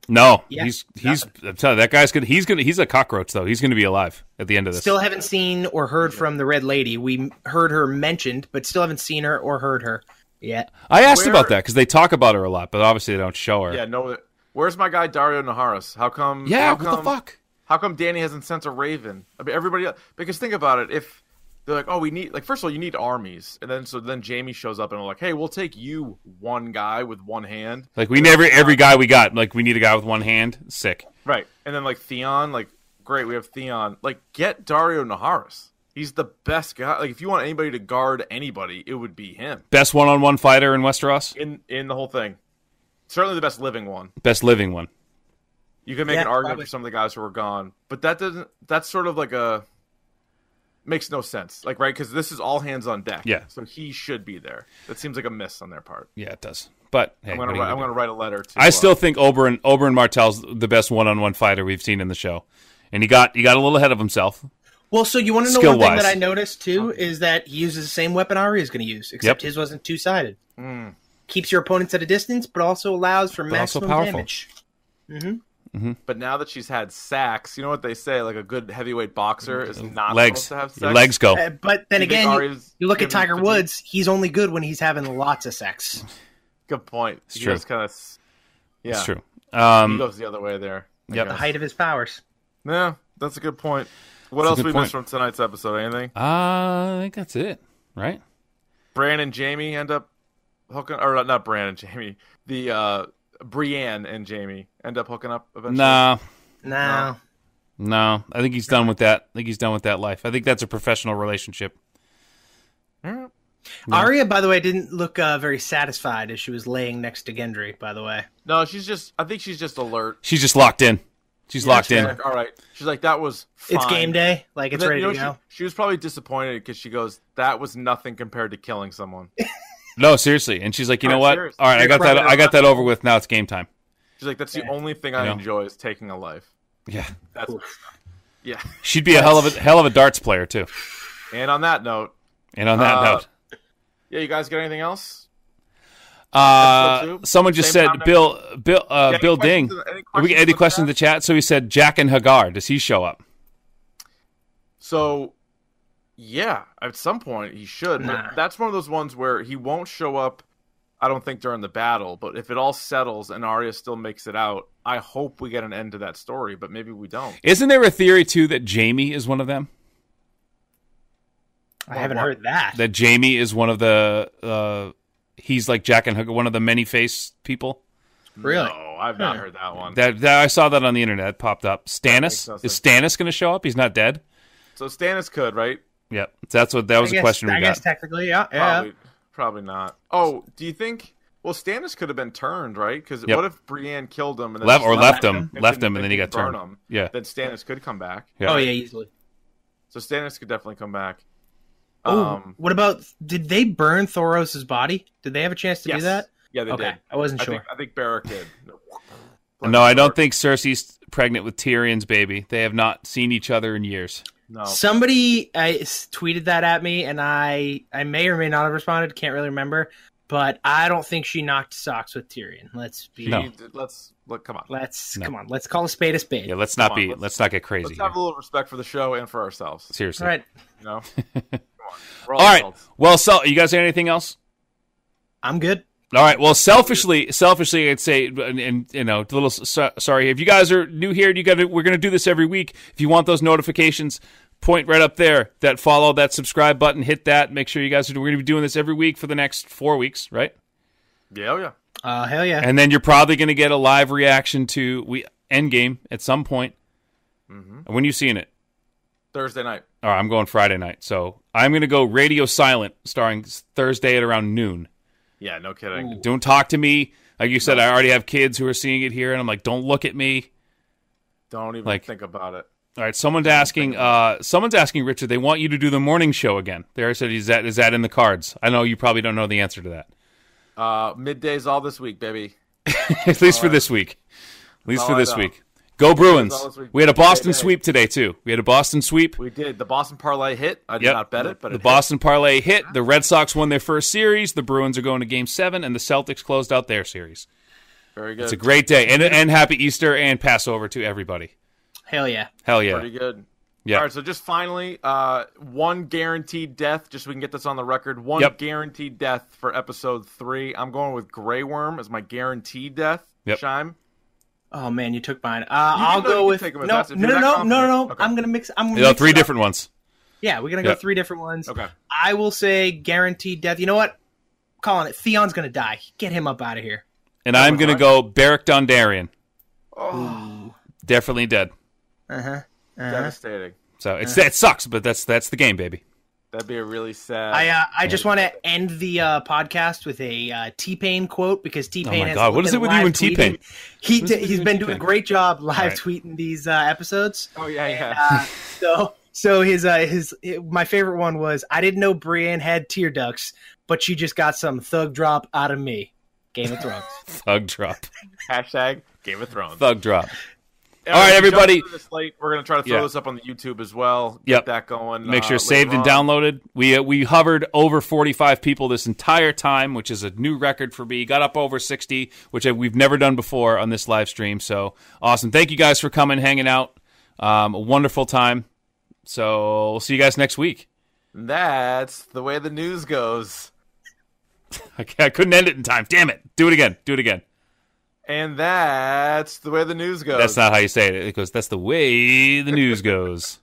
Speaker 2: No,
Speaker 3: Yeah.
Speaker 2: he's he's. I'm telling you, that guy's gonna. He's gonna. He's a cockroach though. He's gonna be alive at the end of this.
Speaker 3: Still haven't seen or heard from the Red Lady. We m- heard her mentioned, but still haven't seen her or heard her yet.
Speaker 2: I asked
Speaker 4: Where-
Speaker 2: about that because they talk about her a lot, but obviously they don't show her.
Speaker 4: Yeah, no. Where's my guy Dario Naharis? How come?
Speaker 2: Yeah,
Speaker 4: how
Speaker 2: what
Speaker 4: come,
Speaker 2: the fuck?
Speaker 4: How come Danny hasn't sent a Raven? I mean, everybody. else- Because think about it. If they're like, oh, we need like first of all, you need armies, and then so then Jamie shows up and we're like, hey, we'll take you one guy with one hand,
Speaker 2: Like we never every guy we got. Like we need a guy with one hand. Sick.
Speaker 4: right? And then like Theon, like great, we have Theon. Like get Dario Naharis. He's the best guy. Like if you want anybody to guard anybody, it would be him
Speaker 2: Best one on one fighter in Westeros.
Speaker 4: in in the whole thing. Certainly the best living one.
Speaker 2: Best living one.
Speaker 4: You can make
Speaker 3: Yeah,
Speaker 4: an argument
Speaker 3: probably.
Speaker 4: for some of the guys who were gone, but that doesn't. That's sort of like a makes no sense, like right because this is all hands on deck.
Speaker 2: Yeah.
Speaker 4: so he should be there. That seems like a miss on their part.
Speaker 2: Yeah, it does. But hey,
Speaker 4: I'm
Speaker 2: what are
Speaker 4: gonna
Speaker 2: you
Speaker 4: write,
Speaker 2: gonna
Speaker 4: I'm
Speaker 2: do?
Speaker 4: gonna write a letter. To,
Speaker 2: I
Speaker 4: uh,
Speaker 2: still think Oberyn Oberyn Martell's the best one on one fighter we've seen in the show, and he got he got a little ahead of himself.
Speaker 3: Well, so you want to know one
Speaker 2: Skill-wise.
Speaker 3: thing that I noticed too is that he uses the same weapon Ari is going to use, except
Speaker 2: Yep.
Speaker 3: his wasn't two sided.
Speaker 4: Hmm.
Speaker 3: Keeps your opponents at a distance, but also allows for
Speaker 2: also
Speaker 3: maximum
Speaker 2: powerful.
Speaker 3: damage.
Speaker 4: but now that she's had sacks, you know what they say? Like a good heavyweight boxer is not
Speaker 2: Mm, Legs,
Speaker 4: supposed to have sex.
Speaker 2: Your legs go.
Speaker 3: Uh, but then
Speaker 4: You think
Speaker 3: again, you- you,
Speaker 4: Ari's
Speaker 3: look
Speaker 4: giving
Speaker 3: at Tiger
Speaker 4: fatigue?
Speaker 3: Woods; he's only good when he's having lots of sex.
Speaker 4: Good point. He
Speaker 2: true.
Speaker 4: just kind of. Yeah,
Speaker 2: It's true.
Speaker 4: He
Speaker 2: Um,
Speaker 4: goes the other way there. I
Speaker 2: Yep.
Speaker 3: The
Speaker 4: guess.
Speaker 3: height of his powers.
Speaker 4: Yeah, that's a good point. What
Speaker 2: That's a
Speaker 4: else
Speaker 2: good
Speaker 4: we
Speaker 2: point.
Speaker 4: missed from tonight's episode? Anything?
Speaker 2: uh, I think that's it, right?
Speaker 4: Bran and Jamie end up hooking, or not Bran and Jamie. The uh, Brienne and Jamie end up hooking up eventually.
Speaker 2: Nah,
Speaker 3: No,
Speaker 2: No, I think he's done with that. I think he's done with that life. I think that's a professional relationship.
Speaker 3: Arya, by the way, didn't look uh, very satisfied as she was laying next to Gendry. By the way,
Speaker 4: no, she's just. I think she's just alert.
Speaker 2: She's just locked in. She's locked
Speaker 4: She's
Speaker 2: in.
Speaker 4: like, All right, she's like that was. Fine.
Speaker 3: it's game day; like
Speaker 4: And
Speaker 3: it's
Speaker 4: then,
Speaker 3: ready
Speaker 4: you know,
Speaker 3: to go.
Speaker 4: She, she was probably disappointed because she goes, "That was nothing compared to killing someone."
Speaker 2: No, seriously. And she's like, you know
Speaker 4: I'm
Speaker 2: what?
Speaker 4: serious.
Speaker 2: All right, I
Speaker 3: You're
Speaker 2: got that.
Speaker 3: probably
Speaker 2: I got that over with. Now it's game time.
Speaker 4: She's like, "That's the only thing I
Speaker 2: know.
Speaker 4: enjoy is taking a life."
Speaker 2: Yeah,
Speaker 4: That's yeah.
Speaker 2: she'd be a hell of a hell of a darts player too.
Speaker 4: And on that note,
Speaker 2: And on that
Speaker 4: Uh,
Speaker 2: note,
Speaker 4: yeah, you guys got anything else?
Speaker 2: uh,
Speaker 4: two?
Speaker 2: someone just
Speaker 4: Same
Speaker 2: said
Speaker 4: time next
Speaker 2: Bill Bill uh,
Speaker 4: Yeah, any
Speaker 2: Bill Ding.
Speaker 4: questions in
Speaker 2: Have
Speaker 4: the- any
Speaker 2: we
Speaker 4: questions in
Speaker 2: any
Speaker 4: the
Speaker 2: questions in the chat? So he said Jack and Hagar. Does he show up?
Speaker 4: So, yeah, at some point he should. but
Speaker 3: Nah.
Speaker 4: That's one of those ones where he won't show up. I don't think during the battle, but if it all settles and Arya still makes it out, I hope we get an end to that story. But maybe we don't.
Speaker 2: Isn't there a theory too that Jamie is one of them?
Speaker 3: I haven't heard that.
Speaker 2: That Jamie is one of the uh, he's like Jack and Hagar, one of the many face people.
Speaker 3: really?
Speaker 4: No, I've not heard that one.
Speaker 2: That, that I saw that on the internet it popped up. Stannis
Speaker 4: That
Speaker 2: is
Speaker 4: makes
Speaker 2: Stannis going to show up? He's not dead.
Speaker 4: so Stannis could, right?
Speaker 2: Yep, that's what that was
Speaker 3: I
Speaker 2: a
Speaker 3: guess-
Speaker 2: question
Speaker 3: I
Speaker 2: we
Speaker 3: guess
Speaker 2: got.
Speaker 3: technically, yeah, yeah.
Speaker 4: Probably, probably not. Oh, do you think? Well, Stannis could have been turned, right? Because
Speaker 2: Yep.
Speaker 4: what if Brienne killed him and then
Speaker 2: Left
Speaker 4: just
Speaker 2: or left him,
Speaker 4: They
Speaker 2: left
Speaker 4: couldn't-
Speaker 2: him, and
Speaker 4: they
Speaker 2: then he got
Speaker 4: couldn't burn
Speaker 2: turned.
Speaker 4: him.
Speaker 2: Yeah,
Speaker 4: Then Stannis could come back.
Speaker 2: yeah.
Speaker 3: Oh yeah, easily.
Speaker 4: So Stannis could definitely come back.
Speaker 3: Oh,
Speaker 4: Um,
Speaker 3: what about? Did they burn Thoros' body? Did they have a chance to do
Speaker 4: Yes.
Speaker 3: that?
Speaker 4: Yeah, they
Speaker 3: okay,
Speaker 4: did.
Speaker 3: I wasn't
Speaker 4: I
Speaker 3: sure.
Speaker 4: think, I think Barrack did.
Speaker 2: No, I don't think Cersei's pregnant with Tyrion's baby. They have not seen each other in years.
Speaker 4: No.
Speaker 3: Somebody I s- tweeted that at me, and I I may or may not have responded. Can't really remember. but I don't think she knocked socks with Tyrion. Let's be
Speaker 2: No.
Speaker 4: Let's look. Come on.
Speaker 3: let's
Speaker 2: No.
Speaker 3: come on, let's call a spade a spade.
Speaker 2: Yeah, let's not
Speaker 4: Come on,
Speaker 2: be.
Speaker 4: let's-
Speaker 2: Let's, not get crazy.
Speaker 4: Let's have a
Speaker 2: here.
Speaker 4: little respect for the show and for ourselves.
Speaker 2: Seriously.
Speaker 3: All right,
Speaker 2: (laughs)
Speaker 4: You know. Come on. We're
Speaker 2: All right.
Speaker 4: adults.
Speaker 2: Well, so you guys got anything else?
Speaker 3: I'm good.
Speaker 2: All right. Well, selfishly, selfishly, I'd say, and, and you know, a little so, sorry if you guys are new here. You got we're going to do this every week. If you want those notifications, point right up there. That follow, that subscribe button, hit that. Make sure you guys are. We're going to be doing this every week for the next four weeks, right?
Speaker 4: Yeah. oh, Yeah.
Speaker 3: Uh, hell (laughs) yeah.
Speaker 2: And then you're probably going to get a live reaction to we Endgame at some point. When you seeing it?
Speaker 4: Thursday night.
Speaker 2: All right, I'm going Friday night, so I'm going to go Radio Silent, starting s- Thursday at around noon.
Speaker 4: Yeah. No kidding.
Speaker 2: Don't talk to me. Like you said, I already have kids who are seeing it here, and I'm like, don't look at me.
Speaker 4: Don't even
Speaker 2: Like-
Speaker 4: think about it.
Speaker 2: All right, someone's asking. Uh, someone's asking Richard. They want you to do the morning show again. They already said, "Is that is that in the cards?" I know you probably don't know the answer to that. (laughs)
Speaker 4: Uh, middays all this week, baby.
Speaker 2: At least for this week. At least
Speaker 4: all
Speaker 2: for
Speaker 4: I
Speaker 2: this
Speaker 4: know.
Speaker 2: week. Go Bruins!
Speaker 4: all this week.
Speaker 2: We had a Boston
Speaker 4: Hey, hey.
Speaker 2: sweep today too. We had a Boston sweep.
Speaker 4: We did the Boston parlay hit. I did
Speaker 2: Yep.
Speaker 4: not bet it, but
Speaker 2: the
Speaker 4: it hit.
Speaker 2: Boston parlay hit. The Red Sox won their first series. The Bruins are going to Game Seven, and the Celtics closed out their series.
Speaker 4: very good.
Speaker 2: It's a great day, and and happy Easter and Passover to everybody.
Speaker 3: Hell yeah.
Speaker 2: Hell yeah!
Speaker 4: pretty good.
Speaker 2: Yeah.
Speaker 4: All right, so just finally, uh, one guaranteed death, just so we can get this on the record. One
Speaker 2: Yep.
Speaker 4: guaranteed death for episode three. I'm going with Grey Worm as my guaranteed death.
Speaker 2: Yep.
Speaker 4: Shime.
Speaker 3: Oh man, you took mine. Uh,
Speaker 4: can-
Speaker 3: I'll
Speaker 4: no, you
Speaker 3: go
Speaker 4: can
Speaker 3: with
Speaker 4: take 'em
Speaker 3: no,
Speaker 4: as
Speaker 3: no,
Speaker 4: that's- if
Speaker 3: no,
Speaker 4: you're
Speaker 3: no,
Speaker 4: that
Speaker 3: no,
Speaker 4: confident.
Speaker 3: no, no.
Speaker 4: Okay.
Speaker 3: I'm gonna mix. I'm gonna
Speaker 2: You know,
Speaker 3: mix
Speaker 2: three
Speaker 3: it up.
Speaker 2: different ones.
Speaker 3: Yeah, we're gonna go
Speaker 2: Yeah.
Speaker 3: three different ones.
Speaker 4: Okay.
Speaker 3: I will say guaranteed death. You know what? I'm calling it. Theon's gonna die. Get him up out of here.
Speaker 2: And I'm going to go Beric Dondarrion.
Speaker 4: Oh,
Speaker 2: Definitely dead.
Speaker 3: Uh huh.
Speaker 4: devastating.
Speaker 2: So it's that sucks, but that's that's the game, baby.
Speaker 4: That'd be a really sad.
Speaker 3: I uh, I just want to end the uh, podcast with a uh, T Pain quote because T Pain.
Speaker 2: Oh my God, what is it with you and T-Pain?
Speaker 3: He
Speaker 2: What is it
Speaker 3: d-
Speaker 2: with
Speaker 3: he's
Speaker 2: you
Speaker 3: been
Speaker 2: and
Speaker 3: doing a
Speaker 2: T-Pain?
Speaker 3: great job live
Speaker 2: Alright.
Speaker 3: tweeting these uh, episodes.
Speaker 4: oh yeah, yeah.
Speaker 3: uh, So so his uh, his my favorite one was I didn't know Brienne had tear ducts, but she just got some thug drop out of me. Game of Thrones.
Speaker 2: Thug drop.
Speaker 4: (laughs) Hashtag Game of Thrones.
Speaker 2: Thug drop.
Speaker 4: All
Speaker 2: right, everybody.
Speaker 4: Late. We're gonna try to throw
Speaker 2: Yeah.
Speaker 4: this up on the YouTube as well.
Speaker 2: Yep.
Speaker 4: Get that going.
Speaker 2: Make
Speaker 4: uh,
Speaker 2: sure
Speaker 4: later
Speaker 2: saved and
Speaker 4: on.
Speaker 2: downloaded. We uh, we hovered over 45 people this entire time, which is a new record for me. Got up over 60, which I, we've never done before on this live stream. So awesome! Thank you guys for coming, hanging out. Um, a wonderful time. So we'll see you guys next week. (laughs)
Speaker 4: That's the way the news goes.
Speaker 2: I couldn't end it in time. Damn it! Do it again. Do it again.
Speaker 4: And that's the way the news goes.
Speaker 2: That's not how you say it. It goes, that's the way the news goes.